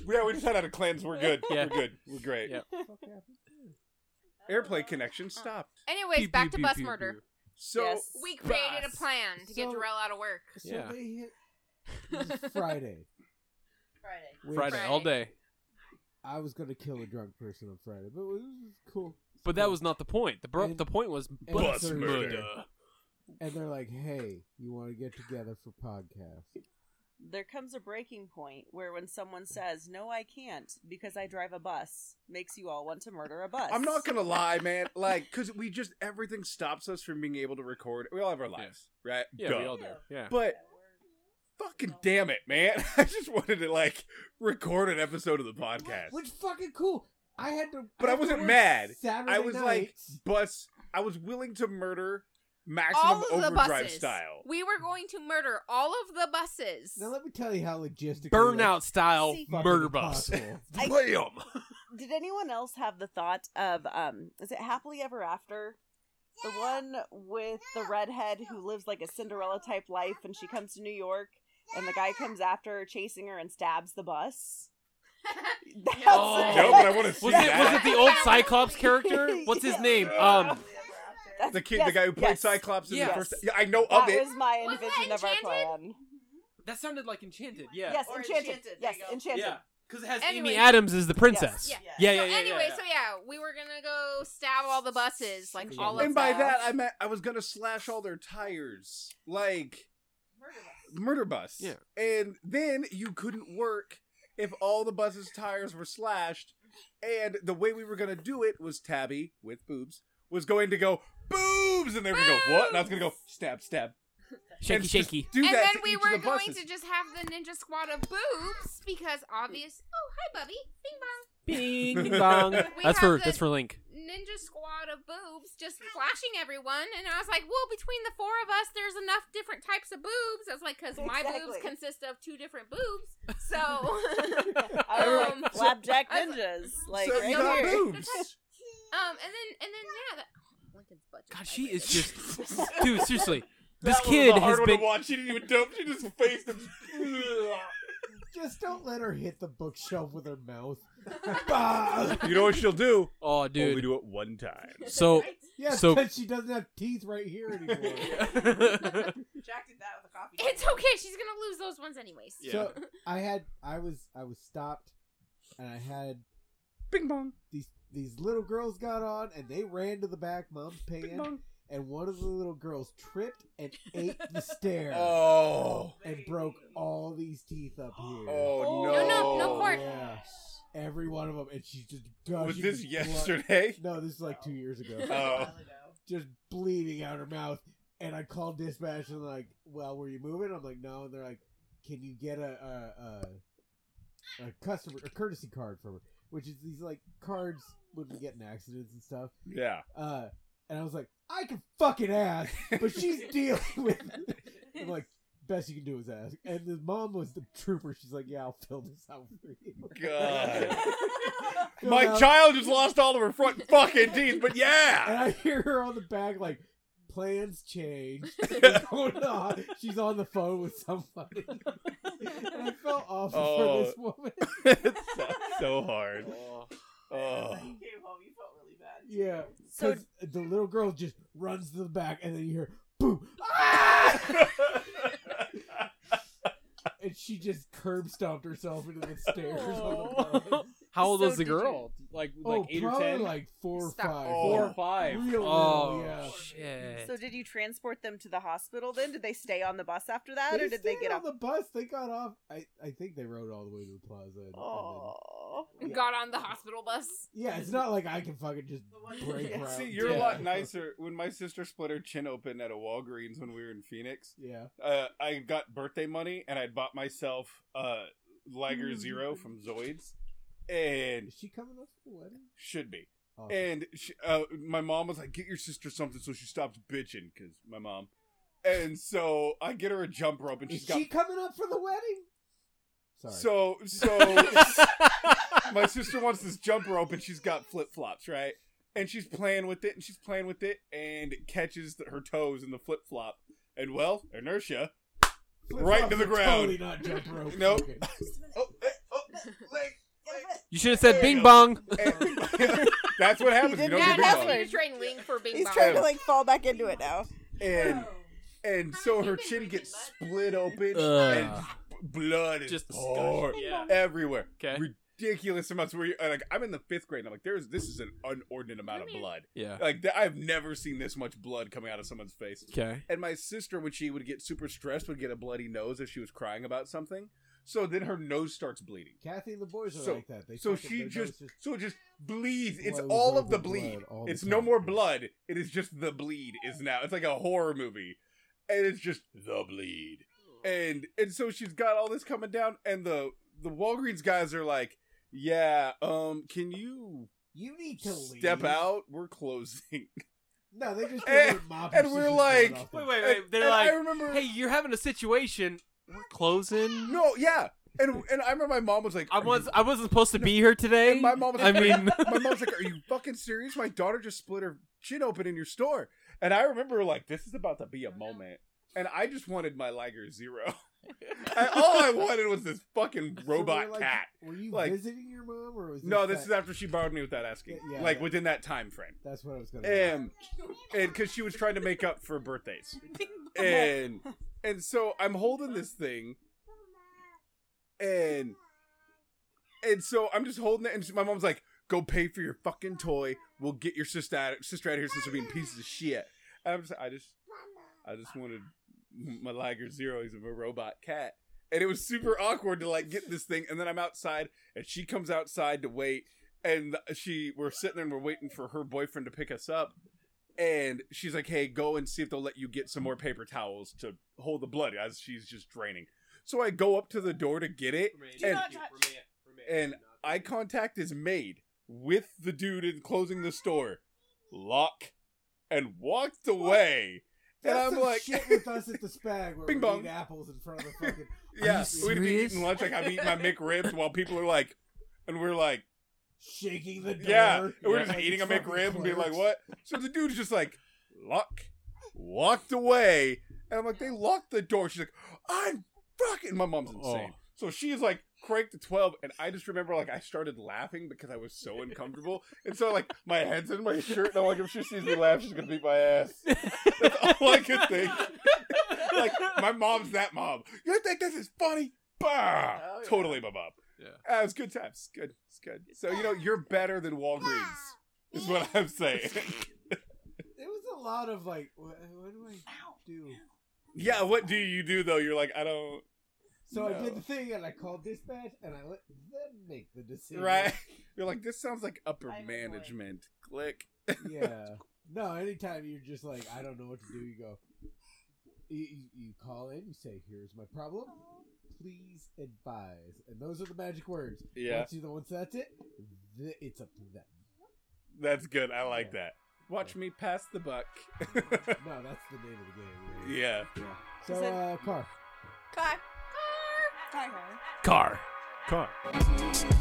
Speaker 8: Yeah, we just had out a cleanse. We're good.
Speaker 7: Yeah.
Speaker 8: We're good. We're great.
Speaker 7: Yeah.
Speaker 4: Fuck happened?
Speaker 8: Airplay connection stopped.
Speaker 3: Anyways,
Speaker 7: Pew,
Speaker 3: back
Speaker 7: pew,
Speaker 3: to
Speaker 7: pew,
Speaker 3: bus
Speaker 7: pew,
Speaker 3: murder.
Speaker 8: So,
Speaker 9: Yes.
Speaker 3: We created a
Speaker 4: Bus.
Speaker 3: plan to get
Speaker 4: So-
Speaker 3: Jarrell out of work.
Speaker 4: So
Speaker 7: Yeah.
Speaker 4: they hit it was Friday.
Speaker 12: Friday.
Speaker 7: Friday,
Speaker 4: which
Speaker 7: all day,
Speaker 4: I was gonna kill a drunk person on Friday, but it was cool.
Speaker 7: but that was not the point. The bro-
Speaker 4: And-
Speaker 7: the point was
Speaker 8: Bus
Speaker 4: Thursday.
Speaker 8: murder.
Speaker 4: And they're like, "Hey, you want to get together for podcast?"
Speaker 9: There comes a breaking point where when someone says, "No, I can't because I drive a bus," makes you all want to murder a bus.
Speaker 8: I'm not going to lie, man. Like, because we just, everything stops us from being able to record. We all have our lives, right?
Speaker 7: Yeah,
Speaker 8: Duh.
Speaker 7: we all do. Yeah.
Speaker 8: But fucking damn it, man. I just wanted to, like, record an episode of the podcast.
Speaker 4: Which fucking cool. I had to,
Speaker 8: But I
Speaker 4: had to
Speaker 8: wasn't
Speaker 4: work
Speaker 8: mad.
Speaker 4: Saturday
Speaker 8: I was like,
Speaker 4: nights.
Speaker 8: bus. I was willing to murder
Speaker 3: All
Speaker 8: maximum
Speaker 3: of the
Speaker 8: overdrive
Speaker 3: buses.
Speaker 8: style.
Speaker 3: We were going to murder all of the buses.
Speaker 4: Now let me tell you how logistically
Speaker 7: Burnout
Speaker 4: that's
Speaker 7: style
Speaker 9: See-
Speaker 4: fucking
Speaker 7: murder bus.
Speaker 4: impossible.
Speaker 9: I-
Speaker 7: Blam.
Speaker 9: Did anyone else have the thought of um is it happily ever after? The one with the redhead who lives like a Cinderella type life and she comes to New York and the guy comes after her chasing her and stabs the bus. That's
Speaker 7: Oh.
Speaker 8: No, but I want to see
Speaker 7: Was it was
Speaker 8: that.
Speaker 7: it the old Cyclops character? What's his
Speaker 9: Yeah.
Speaker 7: name? Um,
Speaker 9: Oh. That's-
Speaker 8: the kid, the
Speaker 9: yes,
Speaker 8: guy who played
Speaker 9: yes.
Speaker 8: Cyclops in
Speaker 7: Yes.
Speaker 8: the first. Yeah, I know
Speaker 9: That
Speaker 8: of it.
Speaker 9: was my
Speaker 3: Was that
Speaker 9: envision of our
Speaker 3: Enchanted?
Speaker 9: plan.
Speaker 7: that sounded like Enchanted. Yeah.
Speaker 9: Yes,
Speaker 12: Or
Speaker 9: enchanted.
Speaker 12: Enchanted, there
Speaker 9: Yes,
Speaker 12: you go.
Speaker 9: enchanted.
Speaker 7: because it has
Speaker 3: Anyway.
Speaker 7: Amy Adams as the princess.
Speaker 3: Yes.
Speaker 7: Yeah, yeah,
Speaker 3: so
Speaker 7: yeah. yeah,
Speaker 3: anyway,
Speaker 7: yeah.
Speaker 3: so yeah, we were gonna go stab all the buses, like
Speaker 4: Yeah.
Speaker 3: all of
Speaker 8: and by
Speaker 3: them.
Speaker 8: that, I meant I was gonna slash all their tires, like murder bus.
Speaker 7: Yeah.
Speaker 8: And then you couldn't work if all the bus's tires were slashed. And the way we were gonna do it was Tabby with boobs was going to go boobs, and they were gonna go what? And I was gonna go stab, stab,
Speaker 7: Shaky,
Speaker 8: and just
Speaker 7: shaky.
Speaker 8: Do
Speaker 3: and
Speaker 8: that
Speaker 3: then
Speaker 8: to
Speaker 3: we
Speaker 8: each
Speaker 3: were
Speaker 8: of the
Speaker 3: going
Speaker 8: buses.
Speaker 3: to just have the ninja squad of boobs because obvious. Oh, hi, Bubby. Bing bong.
Speaker 7: Bing bong.
Speaker 3: We
Speaker 7: That's
Speaker 3: have
Speaker 7: for
Speaker 3: the-
Speaker 7: that's for Link.
Speaker 3: ninja squad of boobs just flashing everyone, and I was like, "Well, between the four of us, there's enough different types of boobs." I was like, "Cause my boobs
Speaker 9: Exactly.
Speaker 3: consist of two different boobs, so."
Speaker 9: I was
Speaker 3: Um,
Speaker 9: like, flapjack
Speaker 3: I was
Speaker 9: ninjas, like
Speaker 8: so
Speaker 9: right
Speaker 8: you got
Speaker 9: here.
Speaker 8: boobs.
Speaker 3: Um, and then and then yeah, that, Lincoln's butt. just
Speaker 7: God, she is
Speaker 3: vibrated.
Speaker 7: just, dude. Seriously, this
Speaker 8: That was
Speaker 7: kid
Speaker 8: a
Speaker 7: has
Speaker 8: hard one
Speaker 7: been.
Speaker 8: to watch. She didn't even dope. She just faced him.
Speaker 4: Just don't let her hit the bookshelf with her mouth. Bah!
Speaker 8: you know what she'll do?
Speaker 7: Oh,
Speaker 8: Only
Speaker 7: dude.
Speaker 8: do it one time.
Speaker 7: So,
Speaker 4: Yeah,
Speaker 7: So-
Speaker 4: because she doesn't have teeth right here anymore.
Speaker 12: Jack did that with a coffee.
Speaker 3: It's okay. She's gonna lose those ones anyways.
Speaker 8: Yeah.
Speaker 4: So I had I was I was stopped, and I had
Speaker 8: Bing bong.
Speaker 4: these these little girls got on and they ran to the back mom's pan, and one of the little girls tripped and ate the stair
Speaker 8: Oh.
Speaker 4: and broke all these teeth up here.
Speaker 8: Oh no.
Speaker 3: No, no, no cord.
Speaker 4: Yeah. Every one of them, and she just
Speaker 8: Was
Speaker 4: gushing
Speaker 8: this
Speaker 4: blood-
Speaker 8: yesterday?
Speaker 4: No, this is like two years ago.
Speaker 8: Oh.
Speaker 4: just bleeding out her mouth. And I called dispatch and like, well, were you moving? I'm like, no. And they're like, can you get a a, a, a customer a courtesy card from her, which is these like cards when we get in accidents and stuff.
Speaker 8: Yeah.
Speaker 4: Uh, and I was like, I can fucking ask, but she's dealing with. i like, best you can do is ask. And the mom was the trooper. She's like, yeah, I'll fill this out for you.
Speaker 8: God.
Speaker 4: Filled
Speaker 8: My
Speaker 4: out-
Speaker 8: child just lost all of her front fucking teeth, but
Speaker 4: And
Speaker 8: yeah.
Speaker 4: I hear her on the back like, plans change. What's going on? She's on the phone with somebody. and I felt awful
Speaker 8: Oh.
Speaker 4: for this woman.
Speaker 8: it sucks so hard. Oh.
Speaker 12: You came home, you felt really bad.
Speaker 4: Yeah.
Speaker 9: So-
Speaker 4: So the little girl just runs to the back and then you hear boom. And she just curb stomped herself into the stairs. on the bottom.
Speaker 7: How old
Speaker 2: So
Speaker 7: was the
Speaker 2: did you-
Speaker 7: girl? Like, like
Speaker 4: oh,
Speaker 7: eight or
Speaker 4: probably
Speaker 7: ten?
Speaker 4: like four or
Speaker 3: Stop.
Speaker 4: five.
Speaker 7: Four
Speaker 8: Oh.
Speaker 7: or five.
Speaker 4: Real
Speaker 7: oh
Speaker 4: little, yeah.
Speaker 7: shit.
Speaker 9: So did you transport them to the hospital then? Did they stay on the bus after that,
Speaker 4: They
Speaker 9: or did they
Speaker 4: stayed
Speaker 9: get
Speaker 4: on
Speaker 9: off?
Speaker 4: the bus? They got off. I, I think they rode all the way to the plaza. and- and then-
Speaker 9: Oh,
Speaker 3: Got on the hospital bus.
Speaker 4: yeah, it's not like I can fucking just break
Speaker 9: Yeah.
Speaker 4: her out.
Speaker 8: See, you're a
Speaker 4: Yeah.
Speaker 8: lot nicer. When my sister split her chin open at a Walgreens when we were in Phoenix,
Speaker 4: Yeah.
Speaker 8: uh, I got birthday money and I bought myself uh, Lager Zero from Zoids, and
Speaker 4: Is she coming up for the wedding?
Speaker 8: should be.
Speaker 4: Oh,
Speaker 8: And she, uh, my mom was like, "Get your sister something," so she stopped bitching because my mom. And so I get her a jump rope, and
Speaker 4: is
Speaker 8: she's
Speaker 4: she
Speaker 8: got
Speaker 4: coming up for the wedding? Sorry.
Speaker 8: so so. my sister wants this jump rope and she's got flip flops, right? And she's playing with it and she's playing with it and it catches the, her toes in the flip flop. And well, inertia. right into the
Speaker 4: Flip-flops are
Speaker 8: ground.
Speaker 4: Totally not jump rope.
Speaker 8: Nope.
Speaker 4: Okay.
Speaker 8: Oh, eh, oh,
Speaker 7: You should have said Bing Bong.
Speaker 8: eh. that's what happens. You
Speaker 9: did
Speaker 8: don't
Speaker 9: that
Speaker 8: get
Speaker 3: Yeah, that's
Speaker 9: bong.
Speaker 3: when
Speaker 8: big
Speaker 3: you're training Ling for Bing
Speaker 9: He's
Speaker 3: Bong.
Speaker 9: trying to like fall back into it now.
Speaker 8: And and so
Speaker 3: Haven't you
Speaker 8: her
Speaker 3: been
Speaker 8: chin
Speaker 3: drinking
Speaker 8: gets
Speaker 3: much?
Speaker 8: split open and
Speaker 7: Ugh.
Speaker 8: b- blood is
Speaker 7: Just
Speaker 8: just
Speaker 7: disgusting. Yeah.
Speaker 8: everywhere.
Speaker 7: Okay.
Speaker 8: Ridiculous amounts. Where you like, I'm in the fifth grade. and I'm like, there's this is an unordinate amount of
Speaker 3: Come here.
Speaker 8: blood.
Speaker 7: Yeah.
Speaker 8: Like th- I've never seen this much blood coming out of someone's face.
Speaker 7: Okay.
Speaker 8: And my sister, when she would get super stressed, would get a bloody nose if she was crying about something. So then her nose starts bleeding.
Speaker 4: Kathy and the boys are
Speaker 8: So-
Speaker 4: like that. They
Speaker 8: So
Speaker 4: fucking-
Speaker 8: she
Speaker 4: their
Speaker 8: just,
Speaker 4: nose
Speaker 8: so it just bleeds. It's
Speaker 4: blows
Speaker 8: all of
Speaker 4: over
Speaker 8: the bleed.
Speaker 4: blood all the
Speaker 8: It's no
Speaker 4: time.
Speaker 8: more blood. It is just the bleed is now. It's like a horror movie. And it's just the bleed. And and so she's got all this coming down and the the Walgreens guys are like, "Yeah, um can you
Speaker 4: You need to leave.
Speaker 8: step out? We're closing."
Speaker 4: No, they just
Speaker 8: And-
Speaker 4: give her a mop
Speaker 8: and
Speaker 4: she
Speaker 8: we're
Speaker 4: just
Speaker 8: like-
Speaker 4: got off the-
Speaker 7: Wait, wait,
Speaker 8: And-
Speaker 7: wait. They're
Speaker 8: and
Speaker 7: like,
Speaker 8: I remember
Speaker 7: hey, you're having a situation. We're closing.
Speaker 8: No, yeah. And and I remember my mom was like,
Speaker 7: I
Speaker 8: "Are you
Speaker 7: was I wasn't supposed to be here today.
Speaker 8: And my mom was
Speaker 7: I
Speaker 8: like,
Speaker 7: mean,
Speaker 8: my mom's like, "Are you fucking serious? My daughter just split her chin open in your store." And I remember like, this is about to be a moment, and I just wanted my Liger Zero. I, all I wanted was this fucking
Speaker 4: So we're
Speaker 8: robot
Speaker 4: like,
Speaker 8: cat.
Speaker 4: Were you
Speaker 8: Like-
Speaker 4: visiting your mom or was
Speaker 8: No, this
Speaker 4: that-
Speaker 8: is after she borrowed me without asking,
Speaker 4: Yeah, yeah,
Speaker 8: like
Speaker 4: yeah.
Speaker 8: within that time frame,
Speaker 4: That's what I was gonna. ask.
Speaker 8: and and because she was trying to make up for birthdays, and and so I'm holding this thing, and and so I'm just holding it, and my mom's like, "Go pay for your fucking toy. We'll get your sister out, sister out of here since we're being pieces of shit." And I'm just, I just, I just wanted my Liger Zero. He's a robot cat, and it was super awkward to like get this thing. And then I'm outside, and she comes outside to wait, and she, we're sitting there and we're waiting for her boyfriend to pick us up. And she's like, "Hey, go and see if they'll let you get some more paper towels to hold the blood as she's just draining." So I go up to the door to get it, and
Speaker 12: not touch.
Speaker 8: and eye contact is made with the dude in closing the store, lock, and walked away. And
Speaker 4: That's
Speaker 8: I'm
Speaker 4: some
Speaker 8: like-
Speaker 4: shit with us at the spag where
Speaker 8: Bing
Speaker 4: we
Speaker 8: bong.
Speaker 4: eat apples in front of the fucking.
Speaker 8: Yeah,
Speaker 4: you
Speaker 8: we'd be
Speaker 1: serious?
Speaker 8: eating lunch like I'm eating my McRibs while people are like, and we're like,
Speaker 4: shaking the door.
Speaker 8: yeah, and we're
Speaker 4: Yeah.
Speaker 8: just
Speaker 4: Like
Speaker 8: eating a
Speaker 4: fucking
Speaker 8: McRib and being like,
Speaker 4: clerks.
Speaker 8: what? So the dude's just like, lock, walked away, and I'm like, they locked the door. She's like, I'm fucking. My mom's insane,
Speaker 7: Oh.
Speaker 8: so she's like cranked to twelve, and I just remember like I started laughing because I was so uncomfortable, and so like my head's in my shirt, and I'm like, if she sees me laugh, she's gonna beat my ass. That's all I could think. like my mom's that mom. You think this is funny? Bah!
Speaker 2: Oh, yeah.
Speaker 8: Totally my mom.
Speaker 7: Yeah.
Speaker 8: Uh, it's good times. It's good. It's good. So you know you're better than Walgreens. Is what I'm saying.
Speaker 4: There was a lot of like, what, what do I do?
Speaker 8: yeah. What do you do though? You're like I don't.
Speaker 4: So I
Speaker 8: No.
Speaker 4: did the thing and I called dispatch and I let them make the decision.
Speaker 8: Right. You're like this sounds like upper
Speaker 2: I'm annoyed.
Speaker 8: management. Click.
Speaker 4: yeah. No, anytime you're just like, I don't know what to do, you go, you, you- you call in, you say, here's my problem. Please advise. And those are the magic words.
Speaker 8: Yeah.
Speaker 4: Once, you, once that's it, th- it's up to them.
Speaker 8: That's good. I like
Speaker 4: Yeah.
Speaker 8: that. Watch me pass the buck.
Speaker 4: No, that's the name of the game. really.
Speaker 8: yeah.
Speaker 4: So,
Speaker 2: Is it-
Speaker 4: uh, car.
Speaker 2: Car.
Speaker 7: Car. Car.
Speaker 3: Car.